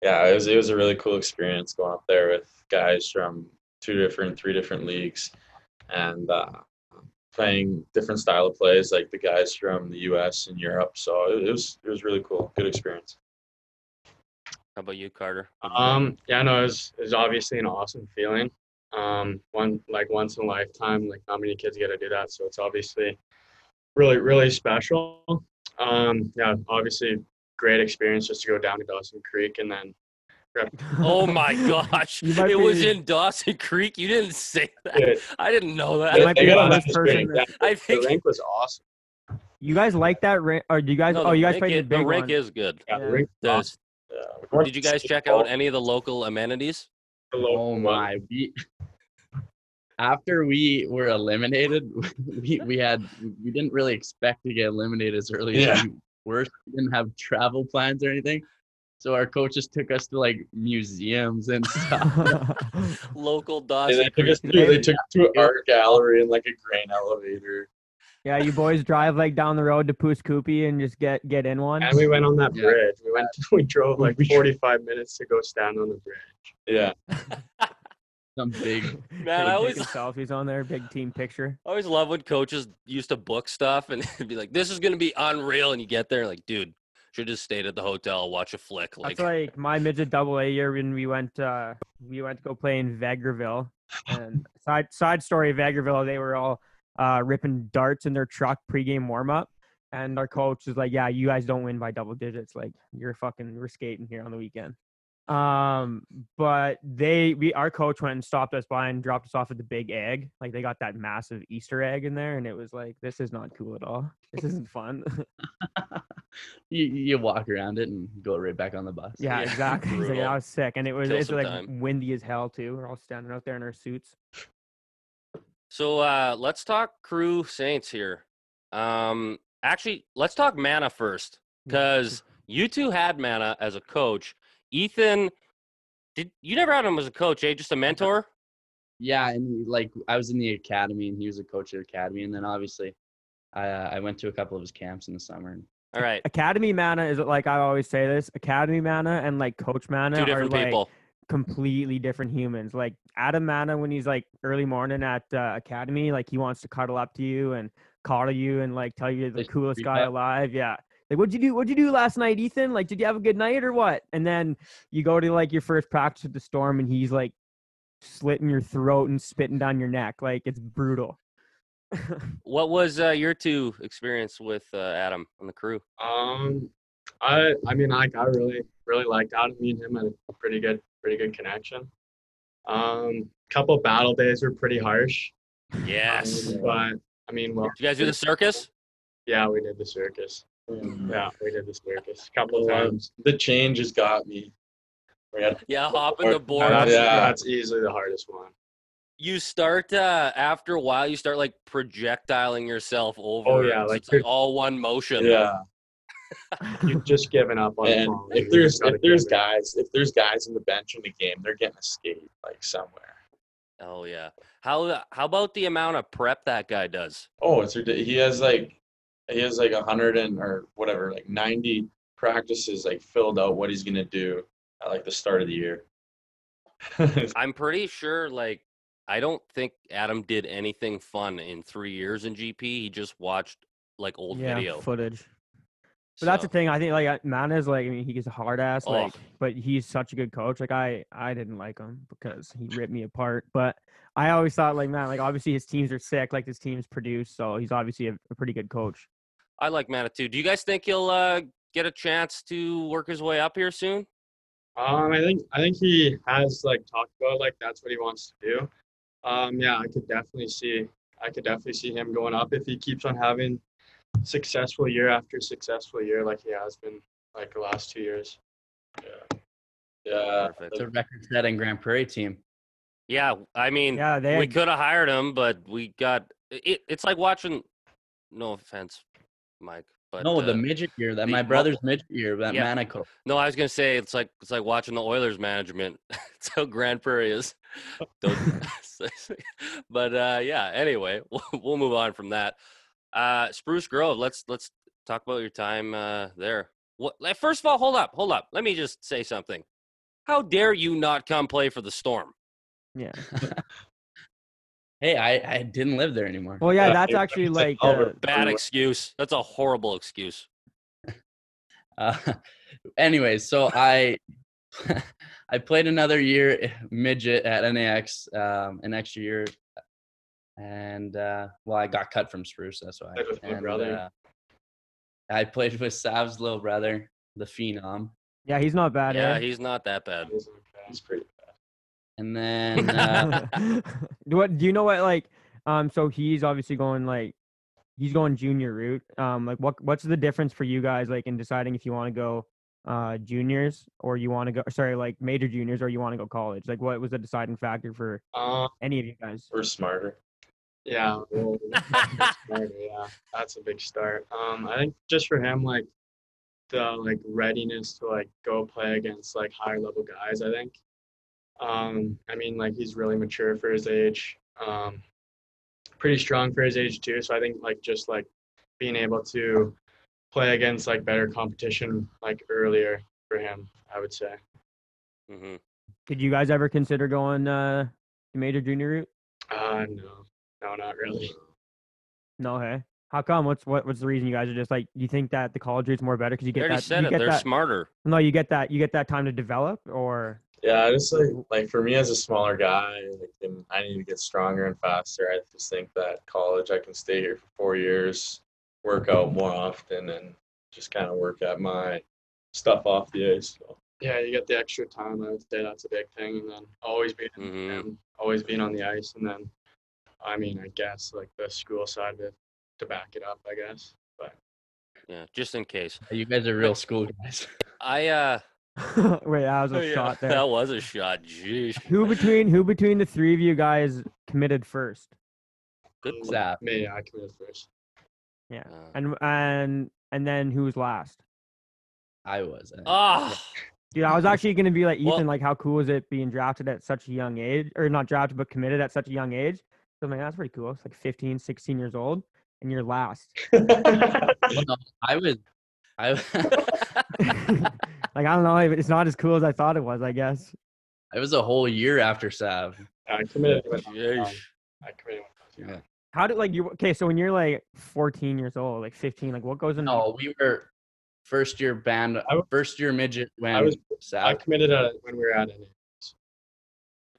[SPEAKER 8] yeah, it was it was a really cool experience going up there with guys from two different, three different leagues, and uh, playing different style of plays, like the guys from the U.S. and Europe. So it, it was it was really cool, good experience.
[SPEAKER 2] How about you, Carter?
[SPEAKER 7] Um, yeah, no, it was, it was obviously an awesome feeling. Um, one like once in a lifetime, like not many kids get to do that, so it's obviously really, really special. Um, yeah, obviously great experience just to go down to Dawson Creek and then
[SPEAKER 2] Oh my gosh,
[SPEAKER 1] You might
[SPEAKER 2] it was
[SPEAKER 1] be-
[SPEAKER 2] in Dawson Creek. You didn't say that.
[SPEAKER 7] Dude.
[SPEAKER 2] I didn't know
[SPEAKER 8] They-
[SPEAKER 2] that.
[SPEAKER 1] might
[SPEAKER 8] they
[SPEAKER 1] be
[SPEAKER 8] got
[SPEAKER 1] the
[SPEAKER 8] a
[SPEAKER 1] best
[SPEAKER 8] nice
[SPEAKER 1] person
[SPEAKER 8] rink.
[SPEAKER 1] to-
[SPEAKER 8] That-
[SPEAKER 2] I think-
[SPEAKER 8] the rink was awesome.
[SPEAKER 1] You guys like that rink? Or do you guys?
[SPEAKER 2] No,
[SPEAKER 1] oh,
[SPEAKER 2] the
[SPEAKER 1] you guys
[SPEAKER 2] rink
[SPEAKER 1] played
[SPEAKER 2] i-
[SPEAKER 1] the big
[SPEAKER 2] rink
[SPEAKER 1] one.
[SPEAKER 2] is good.
[SPEAKER 8] Yeah, the
[SPEAKER 1] Yeah.
[SPEAKER 8] rink was
[SPEAKER 2] The-
[SPEAKER 8] awesome. Yeah, we went
[SPEAKER 2] did you
[SPEAKER 8] to
[SPEAKER 2] guys
[SPEAKER 8] skate
[SPEAKER 2] check
[SPEAKER 8] ball,
[SPEAKER 2] out any of the local amenities?
[SPEAKER 7] the local
[SPEAKER 6] Oh my! We after we were eliminated, we we had we didn't really expect to get eliminated as early as
[SPEAKER 8] Yeah.
[SPEAKER 6] we were. We didn't have travel plans or anything, so our coaches took us to like museums and stuff.
[SPEAKER 2] Local
[SPEAKER 8] and
[SPEAKER 2] Dawson
[SPEAKER 8] they took us
[SPEAKER 2] Creek.
[SPEAKER 8] to they took us to an art gallery and like a grain elevator.
[SPEAKER 1] yeah, you boys drive like down the road to Puskupi and just get get in one.
[SPEAKER 7] And we went on that
[SPEAKER 6] Yeah.
[SPEAKER 7] bridge. We went we drove like
[SPEAKER 8] We-
[SPEAKER 7] forty five minutes to go stand on the bridge.
[SPEAKER 8] Yeah,
[SPEAKER 6] Some big
[SPEAKER 2] Man, I always
[SPEAKER 1] taking selfies on there, big team picture.
[SPEAKER 2] I always love when coaches used to book stuff and it'd be like, "This is gonna be unreal," and you get there like, "Dude, should just stayed at the hotel, watch a flick." Like,
[SPEAKER 1] That's like my midget double A year when we went uh we went to go play in Vegreville. And side side story of Vegreville, they were all uh ripping darts in their truck pregame warm up. And our coach is like, Yeah, you guys don't win by double digits. Like you're fucking we're skating here on the weekend. Um, but they we our coach went and stopped us by and dropped us off at the big egg. Like they got that massive Easter egg in there, and it was like, This is not cool at all. This isn't fun.
[SPEAKER 6] you, you walk around it and go right back on the bus.
[SPEAKER 1] Yeah,
[SPEAKER 2] Yeah,
[SPEAKER 1] exactly. He's like,
[SPEAKER 2] brutal.
[SPEAKER 1] I was sick, and it was
[SPEAKER 2] Kill
[SPEAKER 1] it's
[SPEAKER 2] some
[SPEAKER 1] like
[SPEAKER 2] time.
[SPEAKER 1] windy as hell too. We're all standing out there in our suits.
[SPEAKER 2] so uh, let's talk crew Saints here. Um, actually, let's talk Mana first
[SPEAKER 1] Hmm.
[SPEAKER 2] because you two had Mana as a coach. Ethan, did you never had him as a coach? Eh? Just a mentor.
[SPEAKER 6] yeah and like i was in the academy and he was a coach at academy and then obviously i uh, i went to a couple of his camps in the summer and
[SPEAKER 2] All right,
[SPEAKER 1] Academy mana is like I always say this. Academy mana and like coach mana
[SPEAKER 2] two
[SPEAKER 1] are
[SPEAKER 2] different
[SPEAKER 1] like
[SPEAKER 2] people.
[SPEAKER 1] completely different humans. Like Adam Mana when he's like early morning at uh, academy, like he wants to cuddle up to you and coddle you and like tell you you're the
[SPEAKER 6] Like,
[SPEAKER 1] coolest
[SPEAKER 6] creep
[SPEAKER 1] guy
[SPEAKER 6] up.
[SPEAKER 1] alive. Yeah. Like what'd you do? What'd you do last night, Ethan? Like did you have a good night or what? And then you go to like your first practice with the storm and he's like slitting your throat and spitting down your neck. Like it's brutal.
[SPEAKER 2] What was uh, your two experience with uh, Adam on the crew?
[SPEAKER 7] Um, I I mean like I really really liked Adam. Me and him had a pretty good pretty good connection. Um, couple battle days were pretty harsh,
[SPEAKER 2] Yes.
[SPEAKER 7] um, but I mean, well,
[SPEAKER 2] You guys do the circus?
[SPEAKER 7] yeah, we did the circus. Yeah, we did the circus a couple times.
[SPEAKER 8] um, the change has got me. We had
[SPEAKER 2] Yeah, hopping the board.
[SPEAKER 7] That's,
[SPEAKER 8] Yeah.
[SPEAKER 7] that's easily the hardest one.
[SPEAKER 2] you start uh after a while you start like projectiling yourself over
[SPEAKER 7] Oh, yeah,
[SPEAKER 2] so
[SPEAKER 7] like
[SPEAKER 2] it's like
[SPEAKER 7] you're-
[SPEAKER 2] all one motion
[SPEAKER 8] yeah.
[SPEAKER 7] You've just given up on
[SPEAKER 8] And
[SPEAKER 7] falling.
[SPEAKER 8] if
[SPEAKER 7] You
[SPEAKER 8] there's
[SPEAKER 7] just gotta
[SPEAKER 8] if there's
[SPEAKER 7] give it.
[SPEAKER 8] guys if there's guys in the bench in the game, they're getting a skate like somewhere.
[SPEAKER 2] Oh yeah. How how about the amount of prep that guy does?
[SPEAKER 8] Oh, it's ridiculous. He has like, he has like a hundred and or whatever, like ninety practices like filled out what he's gonna do at like the start of the year.
[SPEAKER 2] I'm pretty sure like I don't think Adam did anything fun in 3 years in GP. He just watched like old
[SPEAKER 1] yeah,
[SPEAKER 2] video.
[SPEAKER 1] footage. But that's the
[SPEAKER 2] So,
[SPEAKER 1] thing. I think like uh, Mana's like I mean he's a hard ass
[SPEAKER 2] Oh.
[SPEAKER 1] like, but he's such a good coach. Like I I didn't like him because he ripped me apart. But I always thought like man like obviously his teams are sick. Like his teams produce, so he's obviously a, a pretty good coach.
[SPEAKER 2] I like Manitou. Do you guys think he'll uh, get a chance to work his way up here soon?
[SPEAKER 7] Um, I think I think he has like talked about like that's what he wants to do. Um, yeah, I could definitely see I could definitely see him going up if he keeps on having successful year after successful year like he has been like the last two years.
[SPEAKER 8] yeah,
[SPEAKER 2] Perfect.
[SPEAKER 6] It's a record-setting Grand Prairie team.
[SPEAKER 2] Yeah, I mean,
[SPEAKER 1] Yeah, they
[SPEAKER 2] we
[SPEAKER 1] had-
[SPEAKER 2] could have hired him, but we got it. It's like watching. No offense, Mike, but
[SPEAKER 6] no,
[SPEAKER 2] uh,
[SPEAKER 6] the midget year, that
[SPEAKER 2] the-
[SPEAKER 6] my brother's midget year, that
[SPEAKER 2] Yeah.
[SPEAKER 6] Manico.
[SPEAKER 2] no, I was gonna say it's like it's like watching the Oilers management. it's how Grand Prairie is. Don't- but uh, yeah, anyway, we'll, we'll move on from that. Uh, Spruce Grove, let's let's talk about your time uh, there. What? like, First of all, hold up, hold up. Let me just say something. How dare you not come play for the Storm?
[SPEAKER 1] Yeah.
[SPEAKER 6] Hey, I, I didn't live there anymore.
[SPEAKER 1] Well, yeah,
[SPEAKER 8] Yeah,
[SPEAKER 1] that's
[SPEAKER 8] it-
[SPEAKER 1] actually
[SPEAKER 8] it's
[SPEAKER 1] like uh,
[SPEAKER 8] over.
[SPEAKER 1] the,
[SPEAKER 2] Bad
[SPEAKER 8] Anyway.
[SPEAKER 2] excuse. That's a horrible excuse.
[SPEAKER 6] Uh, anyways, so I I played another year midget at NAX, um, an extra year, and uh, well, I got cut from Spruce. That's why.
[SPEAKER 7] Played with Blue
[SPEAKER 6] And,
[SPEAKER 7] Brother.
[SPEAKER 6] uh, I played with Sav's little brother, the Phenom,
[SPEAKER 1] yeah he's not bad.
[SPEAKER 2] yeah,
[SPEAKER 1] eh?
[SPEAKER 2] he's not that bad.
[SPEAKER 7] He's okay.
[SPEAKER 8] he's pretty.
[SPEAKER 6] and then uh,
[SPEAKER 1] do what do you know what like um so he's obviously going like he's going junior route um like what what's the difference for you guys like in deciding if you want to go uh juniors or you want to go sorry like major juniors or you want to go college like what was the deciding factor for
[SPEAKER 7] Um,
[SPEAKER 1] any of you guys
[SPEAKER 8] We're smarter.
[SPEAKER 7] Yeah, well, that's better, yeah, that's a big start. Um, I think just for him, like the like readiness to like go play against like higher level guys. I think. Um, I mean, like he's really mature for his age. Um, pretty strong for his age too. So I think like just like being able to play against like better competition like earlier for him, I would say.
[SPEAKER 2] hmm
[SPEAKER 1] did you guys ever consider going uh the major junior route
[SPEAKER 7] Uh, no, no, not really.
[SPEAKER 1] no hey how come what's what, what's the reason you guys are just like you think that the college route's more better because you
[SPEAKER 2] You
[SPEAKER 1] get
[SPEAKER 2] already
[SPEAKER 1] that
[SPEAKER 2] said
[SPEAKER 1] you
[SPEAKER 2] it.
[SPEAKER 1] get
[SPEAKER 2] They're
[SPEAKER 1] that
[SPEAKER 2] smarter.
[SPEAKER 1] no you get that you get that time to develop or
[SPEAKER 8] Yeah, I just like like for me as a smaller guy, like and I need to get stronger and faster. I just think that college, I can stay here for four years, work out more often, and just kind of work at my stuff off the ice. So.
[SPEAKER 7] Yeah, you get the extra time. I would say that's a big thing, and then always being in the
[SPEAKER 2] Mhm.
[SPEAKER 7] gym, always being on the ice, and then, I mean, I guess like the school side of it to back it up. I guess, but
[SPEAKER 2] Yeah, just in case.
[SPEAKER 6] you guys are real school guys.
[SPEAKER 2] I uh
[SPEAKER 1] wait that was a
[SPEAKER 2] Oh, yeah,
[SPEAKER 1] shot there
[SPEAKER 2] That was a shot. Jeez.
[SPEAKER 1] Who between who between the three of you guys committed first?
[SPEAKER 2] Good
[SPEAKER 7] um,
[SPEAKER 2] point.
[SPEAKER 6] Zap.
[SPEAKER 7] me, I committed first.
[SPEAKER 1] Yeah.
[SPEAKER 2] Uh,
[SPEAKER 1] And and and then who was last?
[SPEAKER 6] I was. I-
[SPEAKER 2] Ah,
[SPEAKER 1] Dude, I was actually gonna be like Ethan,
[SPEAKER 2] Well-
[SPEAKER 1] like how cool is it being drafted at such a young age or not drafted but committed at such a young age? So I'm like, that's pretty cool. It's like 15, 16 years old and you're last.
[SPEAKER 6] well, no, I was. I,
[SPEAKER 1] Like I don't know, it's not as cool as I thought it was, I guess.
[SPEAKER 6] I was a whole year after Sav.
[SPEAKER 7] I committed. When, I was
[SPEAKER 2] jeez.
[SPEAKER 7] young. I committed. When I was young.
[SPEAKER 1] How did like you okay, so when you're like fourteen years old, like fifteen, like what goes in
[SPEAKER 6] No, we were first year band,
[SPEAKER 7] I was-
[SPEAKER 6] first year midget when
[SPEAKER 7] was-
[SPEAKER 6] Sav.
[SPEAKER 7] I committed uh, when we were at it.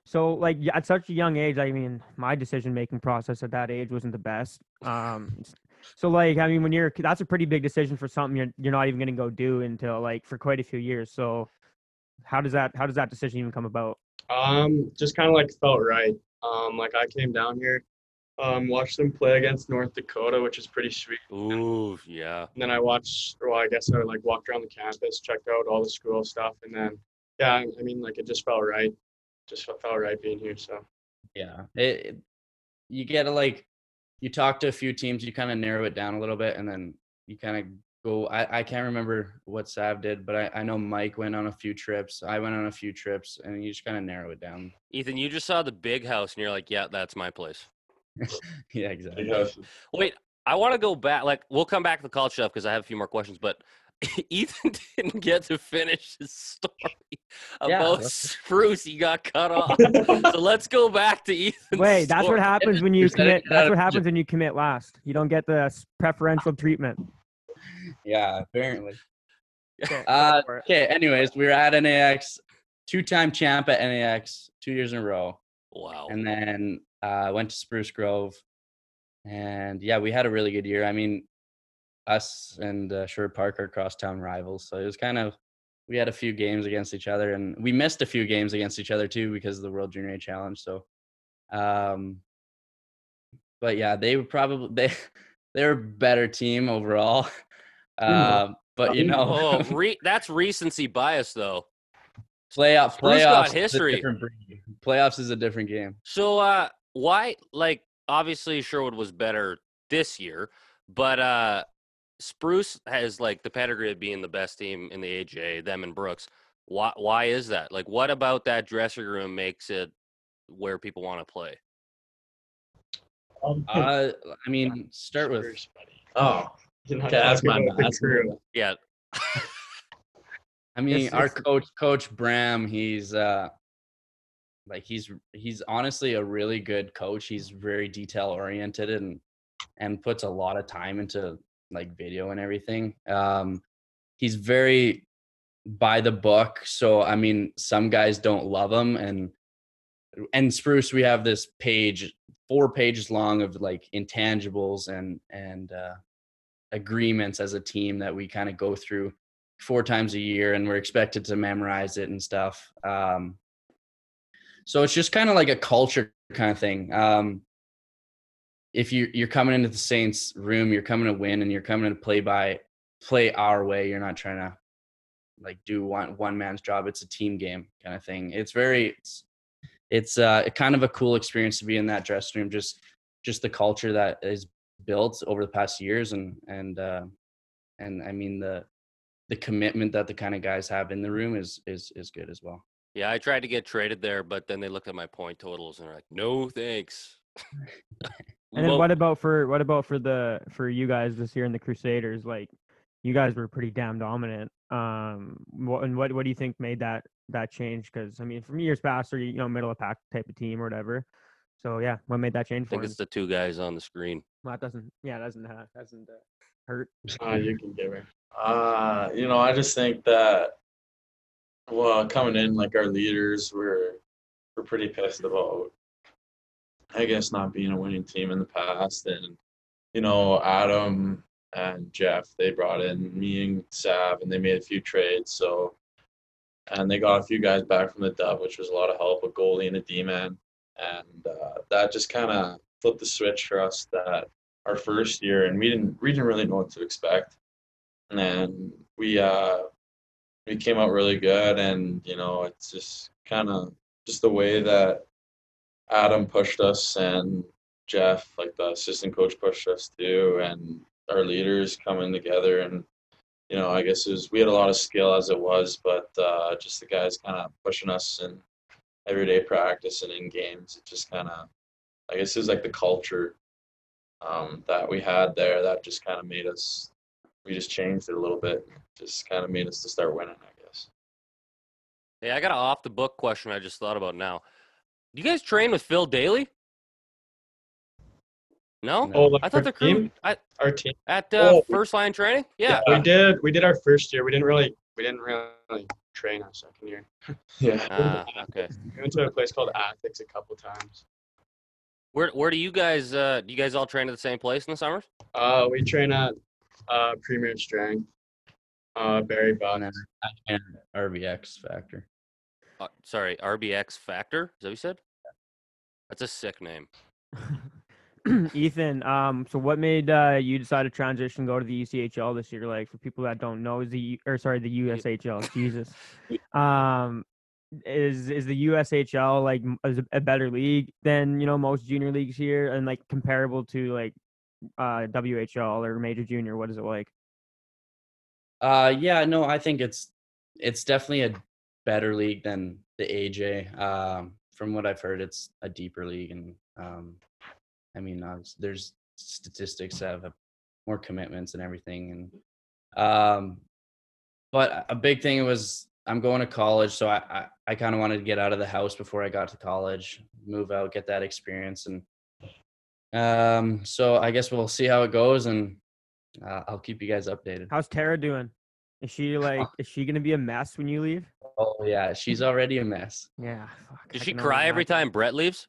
[SPEAKER 1] So like y- at such a young age, I mean, my decision making process at that age wasn't the best. Um, s- so like I mean, when you're a kid, that's a pretty big decision for something you're you're not even gonna go do until like for quite a few years. So how does that how does that decision even come about?
[SPEAKER 7] Um, just kind of like felt right. Um, like I came down here, um, watched them play against North Dakota, which is pretty sweet.
[SPEAKER 2] Ooh, yeah.
[SPEAKER 7] And then I watched, well, I guess I like walked around the campus, checked out all the school stuff, and then, yeah, I- I mean, like it just felt right, just felt felt right being here. So
[SPEAKER 6] yeah, it, it- you get to like, you talk to a few teams, you kind of narrow it down a little bit, and then you kind of go. I, I can't remember what Sav did, but I, I know Mike went on a few trips. I went on a few trips, and you just kind of narrow it down.
[SPEAKER 2] Ethan, you just saw the big house and you're like, yeah, that's my place.
[SPEAKER 6] Yeah,
[SPEAKER 8] Big
[SPEAKER 6] exactly.
[SPEAKER 8] house.
[SPEAKER 2] Wait, I want to go back. Like, we'll come back to the college stuff because I have a few more questions, but Ethan didn't get to finish his story about
[SPEAKER 6] that's-
[SPEAKER 2] spruce. He got cut off. so let's go back to Ethan.
[SPEAKER 1] Wait, that's what
[SPEAKER 2] story.
[SPEAKER 1] happens when you
[SPEAKER 6] Just let it
[SPEAKER 1] commit.
[SPEAKER 6] get out
[SPEAKER 1] That's
[SPEAKER 6] of
[SPEAKER 1] what
[SPEAKER 6] the
[SPEAKER 1] happens when you commit last. You don't get the s- preferential treatment.
[SPEAKER 6] Yeah, apparently.
[SPEAKER 1] So,
[SPEAKER 6] Uh,
[SPEAKER 1] for it.
[SPEAKER 6] okay. Anyways, we were at NAX, two-time champ at NAX, two years in a row,
[SPEAKER 2] Wow.
[SPEAKER 6] and then uh, went to Spruce Grove, and yeah, we had a really good year. I mean, us and uh, Sherwood Park are crosstown rivals, so it was kind of we had a few games against each other, and we missed a few games against each other too because of the World Junior A Challenge. So, um, but yeah, they were probably they they're a better team overall.
[SPEAKER 2] Hmm.
[SPEAKER 1] know.
[SPEAKER 6] Um, but you
[SPEAKER 1] We
[SPEAKER 6] know,
[SPEAKER 2] oh, re- that's recency bias, though.
[SPEAKER 6] Playoff,
[SPEAKER 2] Spruce got
[SPEAKER 6] playoffs.
[SPEAKER 2] history.
[SPEAKER 6] Is a different breed. Playoffs is a different game.
[SPEAKER 2] So, uh, why, like, obviously Sherwood was better this year, but uh, Spruce has like the pedigree of being the best team in the AJ, them and Brooks. Why, why is that? Like, what about that dressing room makes it where people want to play? Um, Hmm.
[SPEAKER 6] Uh, I mean, start with
[SPEAKER 7] Spruce, buddy.
[SPEAKER 8] Oh,
[SPEAKER 7] You're not
[SPEAKER 6] Okay, that's
[SPEAKER 7] talking
[SPEAKER 6] my
[SPEAKER 7] about the
[SPEAKER 6] bad, that's my
[SPEAKER 7] crew.
[SPEAKER 2] Yeah,
[SPEAKER 6] I mean,
[SPEAKER 10] Yes,
[SPEAKER 6] our
[SPEAKER 10] yes.
[SPEAKER 6] coach, Coach Bram, he's uh, like he's he's honestly a really good coach. He's very detail oriented and and puts a lot of time into like video and everything. Um, he's very by the book. So I mean, some guys don't love him, and and Spruce, we have this page, four pages long of like intangibles and and uh, agreements as a team that we kind of go through four times a year and we're expected to memorize it and stuff. Um, so it's just kind of like a culture kind of thing. Um, if you you're coming into the Saints room, you're coming to win and you're coming to play by play our way. You're not trying to like do one one man's job. It's a team game kind of thing. It's very it's it's uh, kind of a cool experience to be in that dressing room. Just just the culture that is built over the past years and and uh, and I mean the the commitment that the kind of guys have in the room is is is good as well.
[SPEAKER 2] yeah. I tried to get traded there, but then they looked at my point totals and are like, "No, thanks." We
[SPEAKER 1] And then
[SPEAKER 2] won't-
[SPEAKER 1] what about for what about for the for you guys this year in the Crusaders? Like, you guys were pretty damn dominant. Um, what and what what do you think made that that change? Because I mean, from years past, or you know, middle of pack type of team or whatever. So yeah, what made that change
[SPEAKER 2] I
[SPEAKER 1] for
[SPEAKER 2] think
[SPEAKER 1] him?
[SPEAKER 2] it's the two guys on the screen.
[SPEAKER 1] Well, that doesn't. Yeah, that doesn't. Uh, doesn't uh, hurt.
[SPEAKER 7] Uh, you can give her.
[SPEAKER 8] Uh, you know, I just think that well, coming in like our leaders were were pretty pissed about I guess not being a winning team in the past and you know, Adam and Jeff, they brought in me and Sav and they made a few trades, so and they got a few guys back from the dub, which was a lot of help, a goalie and a D man. And uh, that just kinda flipped the switch for us that our first year and we didn't we didn't really know what to expect and we uh we came out really good and you know it's just kind of just the way that adam pushed us and jeff like the assistant coach pushed us too and our leaders coming together and you know i guess it was we had a lot of skill as it was but uh just the guys kind of pushing us in everyday practice and in games it just kind of i guess it was like the culture um that we had there that just kind of made us we just changed it a little bit. Just kind of made us to start winning, I guess.
[SPEAKER 2] Hey, I got an off the book question I just thought about now. Do you guys train with Phil Daly? No,
[SPEAKER 6] No.
[SPEAKER 7] Oh, like
[SPEAKER 2] I thought
[SPEAKER 7] our
[SPEAKER 2] the crew
[SPEAKER 7] team,
[SPEAKER 2] I,
[SPEAKER 7] our team.
[SPEAKER 2] at uh,
[SPEAKER 7] Oh.
[SPEAKER 2] first line training. Yeah,
[SPEAKER 7] we did. We did our first year. We didn't really. We didn't really train our second year.
[SPEAKER 8] Yeah.
[SPEAKER 2] Ah, okay.
[SPEAKER 7] We went to a place called Athens a couple times.
[SPEAKER 2] Where where do you guys uh do you guys all train at the same place in the summers?
[SPEAKER 7] Uh, we train at uh Premier Strength. Uh, Barry Buck.
[SPEAKER 6] And then RBX factor.
[SPEAKER 2] Uh, sorry, RBX Factor. Is that what you said? That's a sick name.
[SPEAKER 1] Ethan, um, so what made uh, you decide to transition go to the ECHL this year? Like for people that don't know, is the U- or sorry the USHL, Jesus, um, is is the USHL like m- is a better league than you know most junior leagues here and like comparable to like uh WHL or major junior? What is it like?
[SPEAKER 6] Uh, yeah, no, I think it's it's definitely a better league than the AJ. Um, from what I've heard, it's a deeper league, and um, I mean, obvious- there's statistics that have more commitments and everything, and um, but a- a big thing was I'm going to college, so I I, I kind of wanted to get out of the house before I got to college, move out, get that experience, and um, so I guess we'll see how it goes, and uh, I'll keep you guys updated.
[SPEAKER 1] How's Tara doing? Is she like? is she gonna be a mess when you leave?
[SPEAKER 6] Oh yeah, she's already a mess.
[SPEAKER 1] Yeah. Fuck,
[SPEAKER 2] Does
[SPEAKER 1] I
[SPEAKER 2] she
[SPEAKER 1] can only
[SPEAKER 2] cry every
[SPEAKER 1] imagine.
[SPEAKER 2] time Brett leaves?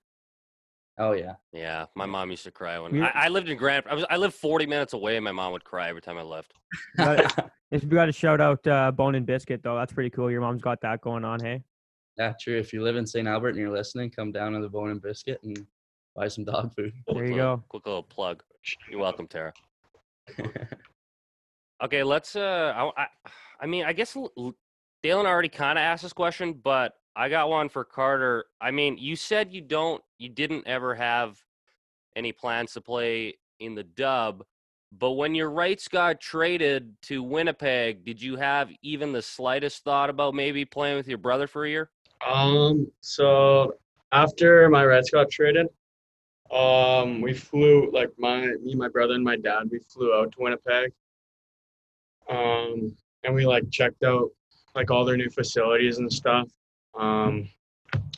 [SPEAKER 6] Oh yeah.
[SPEAKER 2] Yeah, my mom used to cry when
[SPEAKER 1] We-
[SPEAKER 2] I, I lived in Grand. I was I lived 40 minutes away, and my mom would cry every time I left.
[SPEAKER 1] Got Yes, we got to shout out uh, Bone and Biscuit though. That's pretty cool. Your mom's got that going on. Hey,
[SPEAKER 6] Yeah, true. If you live in St. Albert and you're listening, come down to the Bone and Biscuit and buy some dog food.
[SPEAKER 1] there
[SPEAKER 2] Quick
[SPEAKER 1] you
[SPEAKER 2] little-
[SPEAKER 1] go.
[SPEAKER 2] Quick little plug. You're welcome, Tara. Okay, let's. Uh, I, I, I mean, I guess L- L- Dalen already kind of asked this question, but I got one for Carter. I mean, you said you don't, you didn't ever have any plans to play in the dub, but when your rights got traded to Winnipeg, did you have even the slightest thought about maybe playing with your brother for a year?
[SPEAKER 7] Um, so after my Reds got traded, um, we flew like my me, my brother, and my dad. We flew out to Winnipeg. Um, and we like checked out like all their new facilities and stuff. Um,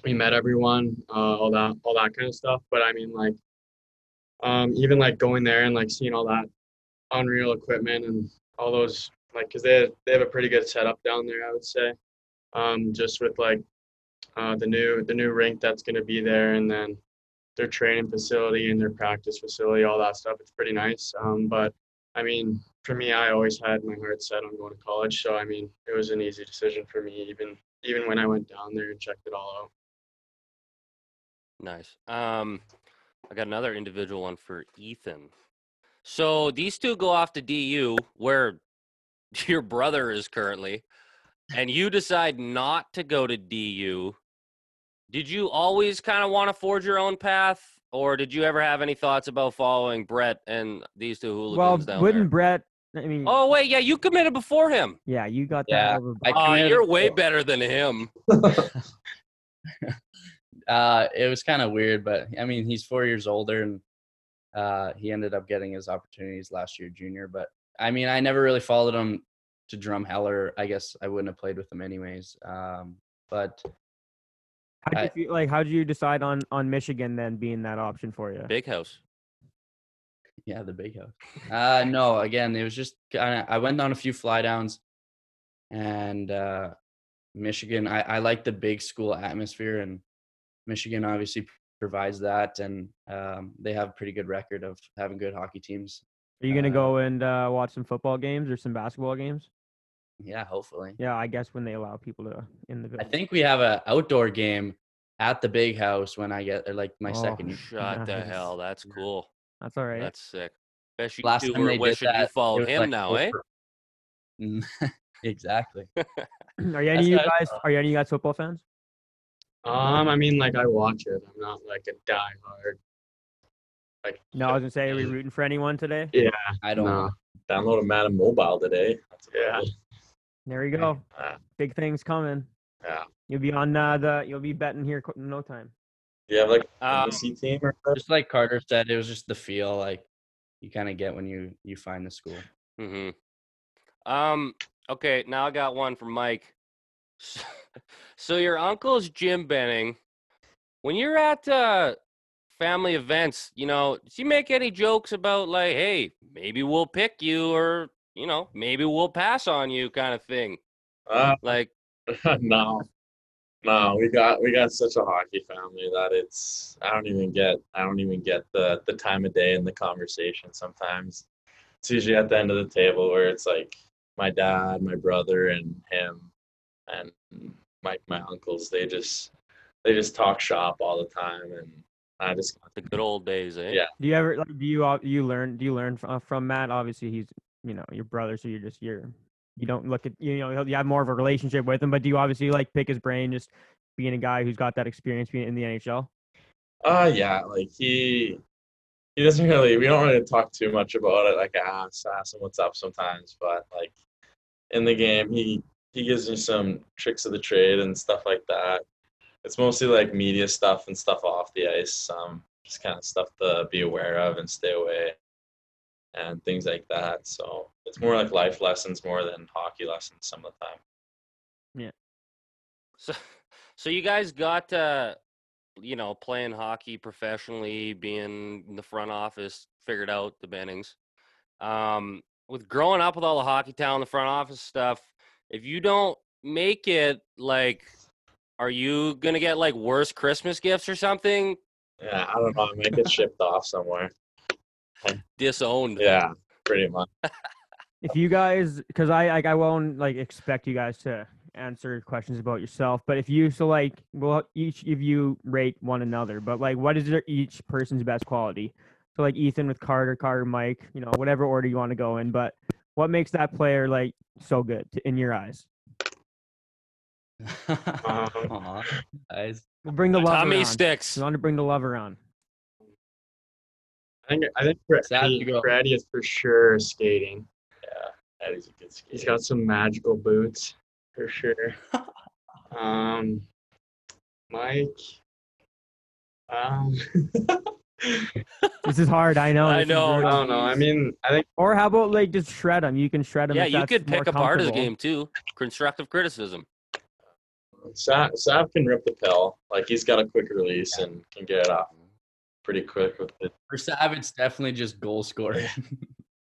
[SPEAKER 7] we met everyone, uh, all that, all that kind of stuff. But I mean, like, um, even like going there and like seeing all that unreal equipment and all those like, cause they they have a pretty good setup down there, I would say. Um, just with like uh, the new the new rink that's going to be there, and then their training facility and their practice facility, all that stuff. It's pretty nice. Um, but I mean, for me, I always had my heart set on going to college, so I mean, it was an easy decision for me, even even when I went down there and checked it all out.
[SPEAKER 2] Nice. Um, I got another individual one for Ethan. So these two go off to DU, where your brother is currently, and you decide not to go to DU. Did you always kind of want to forge your own path, or did you ever have any thoughts about following Brett and these two
[SPEAKER 1] Well,
[SPEAKER 2] hooligans down
[SPEAKER 1] wouldn't
[SPEAKER 2] there?
[SPEAKER 1] Brett? I mean,
[SPEAKER 2] Oh wait, yeah, you committed before him.
[SPEAKER 1] yeah, you got that
[SPEAKER 6] Yeah,
[SPEAKER 1] over.
[SPEAKER 6] I
[SPEAKER 2] Uh,
[SPEAKER 6] committed
[SPEAKER 2] you're way
[SPEAKER 6] before.
[SPEAKER 2] better than him.
[SPEAKER 6] Uh, it was kind of weird, but I mean, he's four years older and uh, he ended up getting his opportunities last year, junior. But I mean, I never really followed him to Drumheller. I guess I wouldn't have played with him anyways. Um, but
[SPEAKER 1] How
[SPEAKER 6] I-
[SPEAKER 1] did you feel, like? How did you decide on on Michigan then being that option for you?
[SPEAKER 2] Big house.
[SPEAKER 6] Yeah, the big house. Uh, no, again, it was just kind of. I went on a few fly downs, and uh, Michigan. I I like the big school atmosphere, and Michigan obviously p- provides that, and um, they have a pretty good record of having good hockey teams.
[SPEAKER 1] Are you gonna
[SPEAKER 6] uh,
[SPEAKER 1] go and uh, watch some football games or some basketball games?
[SPEAKER 6] Yeah, hopefully.
[SPEAKER 1] Yeah, I guess when they allow people to in the
[SPEAKER 6] I
[SPEAKER 1] village.
[SPEAKER 6] think we have a outdoor game at the big house when I get or like my
[SPEAKER 1] Oh,
[SPEAKER 6] second. year.
[SPEAKER 2] Shut the
[SPEAKER 1] Nice.
[SPEAKER 2] hell. That's cool.
[SPEAKER 1] That's all right.
[SPEAKER 2] That's sick. Best you
[SPEAKER 6] Last
[SPEAKER 2] two
[SPEAKER 6] time
[SPEAKER 2] were
[SPEAKER 6] they did
[SPEAKER 2] wishing you
[SPEAKER 6] that, it
[SPEAKER 2] followed
[SPEAKER 6] was,
[SPEAKER 2] him
[SPEAKER 6] like,
[SPEAKER 2] now, eh?
[SPEAKER 6] over- exactly.
[SPEAKER 1] are you any of
[SPEAKER 6] that's
[SPEAKER 1] you
[SPEAKER 6] what I
[SPEAKER 1] guys? Are you any of you guys football fans?
[SPEAKER 7] Um, I mean, like I watch it. I'm not like a diehard.
[SPEAKER 1] No, I was gonna say, are
[SPEAKER 6] Mm.
[SPEAKER 1] we rooting for anyone today?
[SPEAKER 6] I don't.
[SPEAKER 7] Nah.
[SPEAKER 8] Downloaded Madden Mobile today. That's about
[SPEAKER 7] Yeah.
[SPEAKER 8] it.
[SPEAKER 1] There you go.
[SPEAKER 8] Ah.
[SPEAKER 1] Big things coming.
[SPEAKER 8] Yeah.
[SPEAKER 1] You'll be on uh, the. You'll be betting here qu- in no time.
[SPEAKER 8] Do you have like a
[SPEAKER 2] Um,
[SPEAKER 8] fantasy team or something?
[SPEAKER 6] Just like Carter said, it was just the feel like you kind of get when you you find the school.
[SPEAKER 2] Mm-hmm. Um. Okay. Now I got one from Mike. S- So your uncle's Jim Benning. When you're at uh, family events, you know, does he make any jokes about like, hey, maybe we'll pick you, or you know, maybe we'll pass on you, kind of thing?
[SPEAKER 8] Uh,
[SPEAKER 2] Like,
[SPEAKER 8] no, no, we got we got such a hockey family that it's I don't even get I don't even get the the time of day in the conversation. Sometimes it's usually at the end of the table where it's like my dad, my brother, and him, and my my uncles. They just they just talk shop all the time, and I just
[SPEAKER 2] the good old days, eh?
[SPEAKER 8] Yeah.
[SPEAKER 1] Do you ever like? Do you uh, you learn? Do you learn from, from Matt? Obviously, he's you know your brother, so you're just you're you don't look at you know you have more of a relationship with him. But do you obviously like pick his brain, just being a guy who's got that experience being in the NHL?
[SPEAKER 8] Uh yeah, like he he doesn't really we don't really talk too much about it. Like I ask, ask him what's up sometimes, but like in the game. He he gives me some tricks of the trade and stuff like that. It's mostly like media stuff and stuff off the ice. Um, just kind of stuff to be aware of and stay away, and things like that. So it's more like life lessons more than hockey lessons some of the time.
[SPEAKER 2] So, so you guys got, uh, you know, playing hockey professionally, being in the front office, figured out the Bennings. Um, with growing up with all the hockey town, the front office stuff, if you don't make it, like, are you gonna get like worse Christmas gifts or something?
[SPEAKER 8] Yeah, I don't know. I might get shipped off somewhere.
[SPEAKER 2] Disowned.
[SPEAKER 8] Yeah, pretty much.
[SPEAKER 1] if you guys because i like i won't like expect you guys to answer questions about yourself but if you so like well each of you rate one another but like what is your each person's best quality so like ethan with carter carter mike you know whatever order you want to go in but what makes that player like so good t- in your eyes
[SPEAKER 6] Um, Aw, guys.
[SPEAKER 1] we'll bring the love
[SPEAKER 2] Uh, Tommy
[SPEAKER 1] around.
[SPEAKER 2] sticks.
[SPEAKER 1] we want to bring the love around
[SPEAKER 7] I think I think
[SPEAKER 6] Sad to
[SPEAKER 7] Brady,
[SPEAKER 6] go.
[SPEAKER 7] Brady is for sure skating.
[SPEAKER 8] Eddie's a good skater.
[SPEAKER 7] He's got some magical boots for sure. um, Mike. Um,
[SPEAKER 1] this is hard i know
[SPEAKER 2] I
[SPEAKER 1] this is
[SPEAKER 2] know, um
[SPEAKER 7] I
[SPEAKER 1] brutal.
[SPEAKER 7] don't know. I mean, I think
[SPEAKER 1] or how about like just shred them you can shred them
[SPEAKER 2] Yeah,
[SPEAKER 1] if
[SPEAKER 2] you
[SPEAKER 1] that's
[SPEAKER 2] could
[SPEAKER 1] more
[SPEAKER 2] pick apart of the
[SPEAKER 1] comfortable.
[SPEAKER 2] game too. Constructive criticism.
[SPEAKER 8] Sav, Sav can rip the pill. Like he's got a quick release and can get it off pretty quick with it.
[SPEAKER 6] For Sav, it's definitely just goal scoring.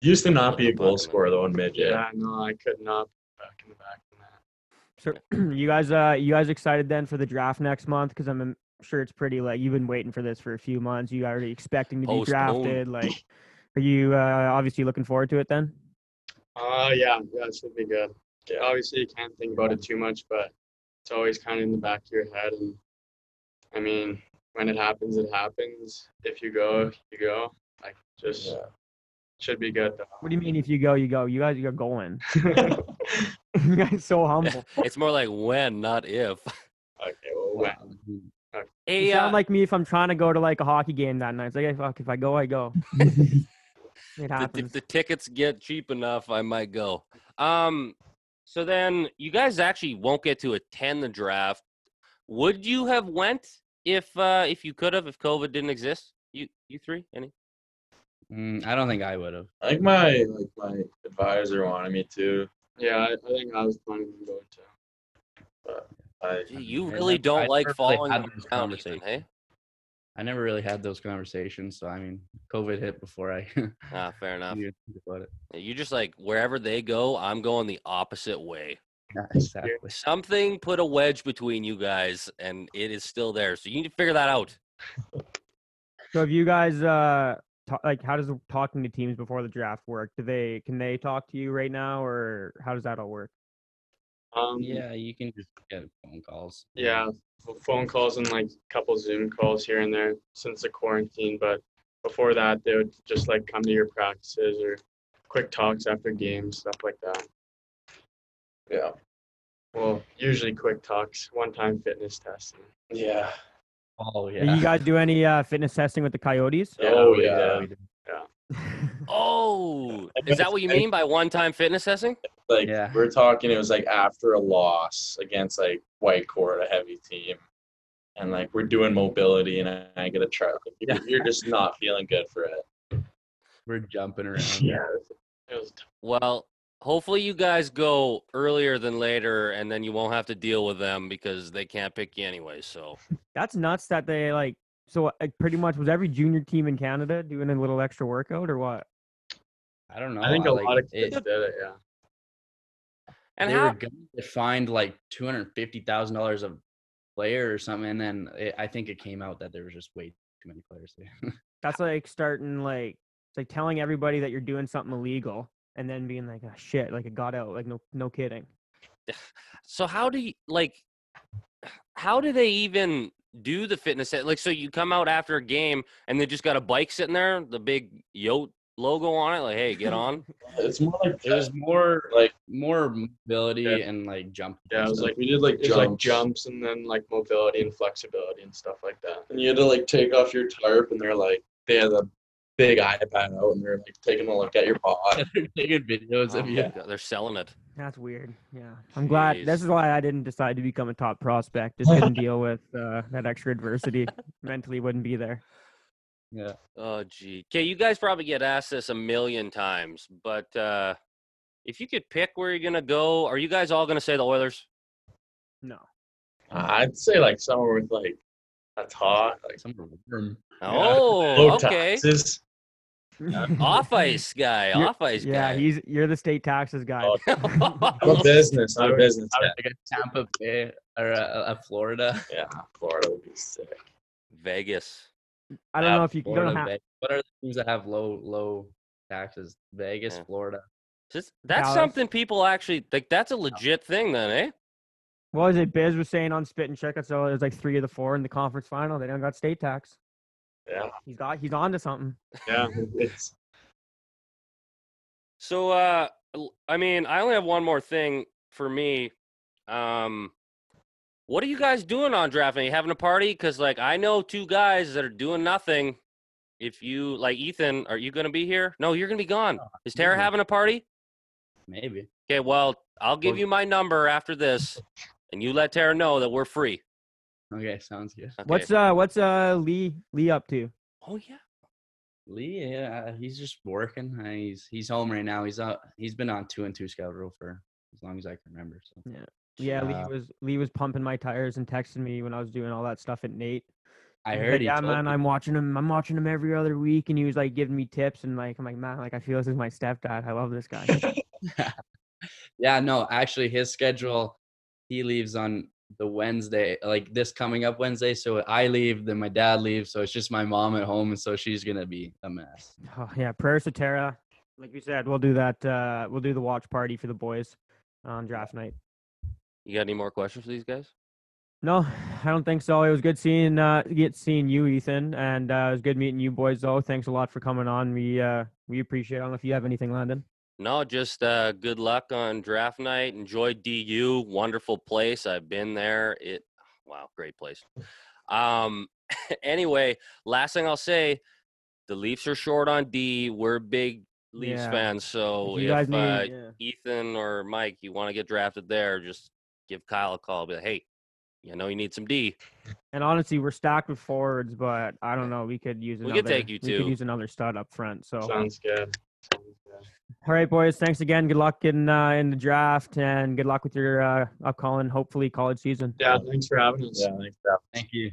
[SPEAKER 8] Used to not
[SPEAKER 2] With
[SPEAKER 8] be
[SPEAKER 2] the
[SPEAKER 8] a goal
[SPEAKER 2] puck in it.
[SPEAKER 8] scorer though in midget.
[SPEAKER 7] yeah, no, I could not be back in the back in that.
[SPEAKER 1] So you guys, uh, you guys excited then for the draft next month? Because I'm im- sure it's pretty like you've been waiting for this for a few months. You already expecting to be
[SPEAKER 2] Postponed.
[SPEAKER 1] drafted. Like, are you uh, obviously looking forward to it then?
[SPEAKER 7] Oh yeah, yeah, this would be good. Okay, obviously, you can't think about it too much, but it's always kind of in the back of your head. And I mean, when it happens, it happens. If you go, you go. Like, just
[SPEAKER 8] Yeah.
[SPEAKER 7] should be good
[SPEAKER 1] What do you mean if you go, you go? You guys, you're going.
[SPEAKER 7] though.
[SPEAKER 1] you guys so humble.
[SPEAKER 2] It's more like when, not if.
[SPEAKER 7] okay, well, when?
[SPEAKER 2] Hey,
[SPEAKER 1] You
[SPEAKER 2] uh,
[SPEAKER 1] sound like me if I'm trying to go to like a hockey game that night. It's like, "Hey, fuck, if I go, I go. it
[SPEAKER 2] the-
[SPEAKER 1] happens.
[SPEAKER 2] if the tickets get cheap enough, I might go. Um, so then you guys actually won't get to attend the draft. Would you have went if uh, if you could have if COVID didn't exist? You you three any?
[SPEAKER 6] Mm, I don't think I would have.
[SPEAKER 8] I think my like my advisor wanted me to.
[SPEAKER 7] Yeah, I, I think I was planning on going to.
[SPEAKER 8] I
[SPEAKER 2] Gee, you
[SPEAKER 6] I
[SPEAKER 2] really
[SPEAKER 6] never- I
[SPEAKER 2] don't like
[SPEAKER 6] never really
[SPEAKER 2] following
[SPEAKER 6] had
[SPEAKER 2] them
[SPEAKER 6] those
[SPEAKER 2] down, Ethan,
[SPEAKER 6] conversations.
[SPEAKER 2] hey?
[SPEAKER 6] I never really had those conversations. So I mean, COVID hit before I
[SPEAKER 2] Ah, fair enough.
[SPEAKER 6] knew anything about it.
[SPEAKER 2] You just like wherever they go, I'm going the opposite way.
[SPEAKER 6] Yeah, exactly.
[SPEAKER 2] Something put a wedge between you guys, and it is still there. So you need to figure that out.
[SPEAKER 1] So have you guys uh ta- like how does the talking to teams before the draft work? Do they can they talk to you right now or how does that all work?
[SPEAKER 7] Um, yeah,
[SPEAKER 6] Yeah, you can just get phone calls.
[SPEAKER 7] yeah, f- phone calls and like a couple Zoom calls here and there since the quarantine. But before that, they would just like come to your practices or quick talks after games, stuff like that.
[SPEAKER 8] yeah
[SPEAKER 7] Well, usually quick talks, one-time fitness testing.
[SPEAKER 8] yeah
[SPEAKER 6] Oh
[SPEAKER 1] Did
[SPEAKER 6] yeah.
[SPEAKER 1] You guys do any uh, fitness testing with the Coyotes?
[SPEAKER 8] Yeah,
[SPEAKER 6] Oh
[SPEAKER 8] we
[SPEAKER 6] yeah.
[SPEAKER 8] did.
[SPEAKER 6] we did.
[SPEAKER 2] Oh, is that what you mean by one-time fitness testing?
[SPEAKER 8] Like
[SPEAKER 6] Yeah.
[SPEAKER 8] we're talking, it was like after a loss against like White Court, a heavy team, and like we're doing mobility, and I, I get a try. Like, you're, you're just not feeling good for it.
[SPEAKER 6] We're jumping around.
[SPEAKER 7] It was t-
[SPEAKER 2] Well, hopefully you guys go earlier than later, and then you won't have to deal with them because they can't pick you anyway. So
[SPEAKER 1] That's nuts that they like so like, pretty much was every junior team in Canada doing a little extra workout or what?
[SPEAKER 6] I don't know.
[SPEAKER 7] I think a
[SPEAKER 6] like,
[SPEAKER 7] lot of
[SPEAKER 6] it-
[SPEAKER 7] kids did it. Yeah.
[SPEAKER 2] and
[SPEAKER 6] they were
[SPEAKER 2] how?
[SPEAKER 6] going to find like two hundred fifty thousand dollars a player or something, and then it, I think it came out that there was just way too many players there.
[SPEAKER 1] That's like starting like it's like telling everybody that you're doing something illegal and then being like, oh, shit, like it got out. Like no no kidding.
[SPEAKER 2] So how do you like? How do they even do the fitness? Test? Like, so you come out after a game, and they just got a bike sitting there, the big Yote logo on it. Like, hey, get on.
[SPEAKER 8] It's more like uh,
[SPEAKER 6] it was more
[SPEAKER 8] like
[SPEAKER 6] more mobility
[SPEAKER 7] Yeah.
[SPEAKER 6] and like jumping.
[SPEAKER 7] Yeah,
[SPEAKER 6] and
[SPEAKER 7] it was
[SPEAKER 6] stuff.
[SPEAKER 7] like we did like
[SPEAKER 8] There's,
[SPEAKER 7] jumps.
[SPEAKER 8] like,
[SPEAKER 7] like jumps and then like mobility and flexibility and stuff like that.
[SPEAKER 8] and you had to like take off your tarp, and they're like they had a big iPad out, and they're like taking a look at your pod.
[SPEAKER 6] they're taking videos
[SPEAKER 2] Oh
[SPEAKER 6] of
[SPEAKER 2] my
[SPEAKER 6] you.
[SPEAKER 2] God, they're selling it.
[SPEAKER 1] That's weird. Yeah. I'm glad. This
[SPEAKER 2] Jeez.
[SPEAKER 1] is why I didn't decide to become a top prospect. Just couldn't deal with uh, that extra adversity. Mentally wouldn't be there.
[SPEAKER 6] Yeah.
[SPEAKER 2] Oh, gee. Okay, you guys probably get asked this a million times, but uh, if you could pick where you're gonna go, are you guys all gonna say the Oilers?
[SPEAKER 1] No.
[SPEAKER 8] I'd say like somewhere with like a talk, like
[SPEAKER 6] Some are warm.
[SPEAKER 2] Oh, okay.
[SPEAKER 8] taxes.
[SPEAKER 2] Off ice guy.
[SPEAKER 1] You're-
[SPEAKER 2] Off ice
[SPEAKER 1] yeah,
[SPEAKER 2] guy.
[SPEAKER 1] he's you're the state taxes guy.
[SPEAKER 8] Oh, I'm a
[SPEAKER 2] Well,
[SPEAKER 8] business. I'm a business.
[SPEAKER 6] I
[SPEAKER 8] guy.
[SPEAKER 6] would like a Tampa Bay or a, a Florida.
[SPEAKER 8] Yeah, Florida would be sick.
[SPEAKER 2] Vegas.
[SPEAKER 1] I don't know if you you
[SPEAKER 6] Florida,
[SPEAKER 1] don't have
[SPEAKER 6] Ve- What are the teams that have low low taxes? Vegas,
[SPEAKER 2] Yeah.
[SPEAKER 6] Florida.
[SPEAKER 2] Just- That's
[SPEAKER 1] Dallas.
[SPEAKER 2] something people actually like. That's a legit thing, then, eh?
[SPEAKER 1] What was it? Biz was saying on Spit and Check. So it was like three of the four in the conference final. They don't got state tax.
[SPEAKER 8] Yeah,
[SPEAKER 1] He's got. He's on to something.
[SPEAKER 7] Yeah.
[SPEAKER 8] it's
[SPEAKER 2] So, uh, l- I mean, I only have one more thing for me. Um, what are you guys doing on draft night? You having a party? Because like I know two guys that are doing nothing. If you like Ethan, are you gonna be here? No, you're gonna be gone.
[SPEAKER 1] Oh,
[SPEAKER 2] Is Tara
[SPEAKER 6] maybe.
[SPEAKER 2] having a party?
[SPEAKER 6] Maybe.
[SPEAKER 2] Okay, well, I'll give
[SPEAKER 6] Well-
[SPEAKER 2] you my number after this, and you let Tara know that we're free.
[SPEAKER 6] Okay, sounds good.
[SPEAKER 2] Okay.
[SPEAKER 1] What's uh What's uh Lee Lee up to?
[SPEAKER 2] Oh yeah.
[SPEAKER 6] Lee, yeah, he's just working. Uh, He's he's home right now. He's out. He's been on two and two schedule for as long as I can remember. So
[SPEAKER 1] Hmm. Yeah,
[SPEAKER 6] Uh,
[SPEAKER 1] Lee was Lee was pumping my tires and texting me when I was doing all that stuff at Nate.
[SPEAKER 6] I
[SPEAKER 1] He's
[SPEAKER 6] heard
[SPEAKER 1] like,
[SPEAKER 6] he
[SPEAKER 1] yeah,
[SPEAKER 6] told
[SPEAKER 1] man,
[SPEAKER 6] you-
[SPEAKER 1] I'm watching him. I'm watching him every other week, and he was like giving me tips and like I'm like, man, like I feel this is my stepdad. I love this guy.
[SPEAKER 6] yeah, no, actually, his schedule, he leaves on the Wednesday, like this coming up Wednesday. So I leave, then my dad leaves. So it's just my mom at home, and so she's gonna be a mess.
[SPEAKER 1] oh, yeah, prayers to Tara. Like we said, we'll do that. uh We'll do the watch party for the boys on draft night.
[SPEAKER 2] You got any more questions for these guys?
[SPEAKER 1] No, I don't think so. It was good seeing uh get seeing you, Ethan, and uh, it was good meeting you boys though. Thanks a lot for coming on. We uh we appreciate. it. I don't know if you have anything, Landon.
[SPEAKER 2] No, just uh, good luck on draft night. Enjoy DU. Wonderful place. I've been there. It wow, great place. Um, anyway, last thing I'll say, the Leafs are short on D. We're big Leafs
[SPEAKER 1] Yeah.
[SPEAKER 2] fans, so
[SPEAKER 1] If you
[SPEAKER 2] if
[SPEAKER 1] guys need-
[SPEAKER 2] uh,
[SPEAKER 1] yeah.
[SPEAKER 2] Ethan or Mike, you want to get drafted there, just give Kyle a call. Be like, hey, you know you need some D.
[SPEAKER 1] And honestly, we're stacked with forwards, but I don't know. We could use
[SPEAKER 2] We
[SPEAKER 1] another.
[SPEAKER 2] could take you
[SPEAKER 1] We
[SPEAKER 2] two.
[SPEAKER 1] could use another stud up front. So
[SPEAKER 7] Sounds good. Sounds good.
[SPEAKER 1] all right, boys. Thanks again. Good luck in uh, in the draft, and good luck with your uh, upcoming, hopefully, college season.
[SPEAKER 7] Yeah. Thanks for having us.
[SPEAKER 8] yeah, I think that
[SPEAKER 6] Thank you.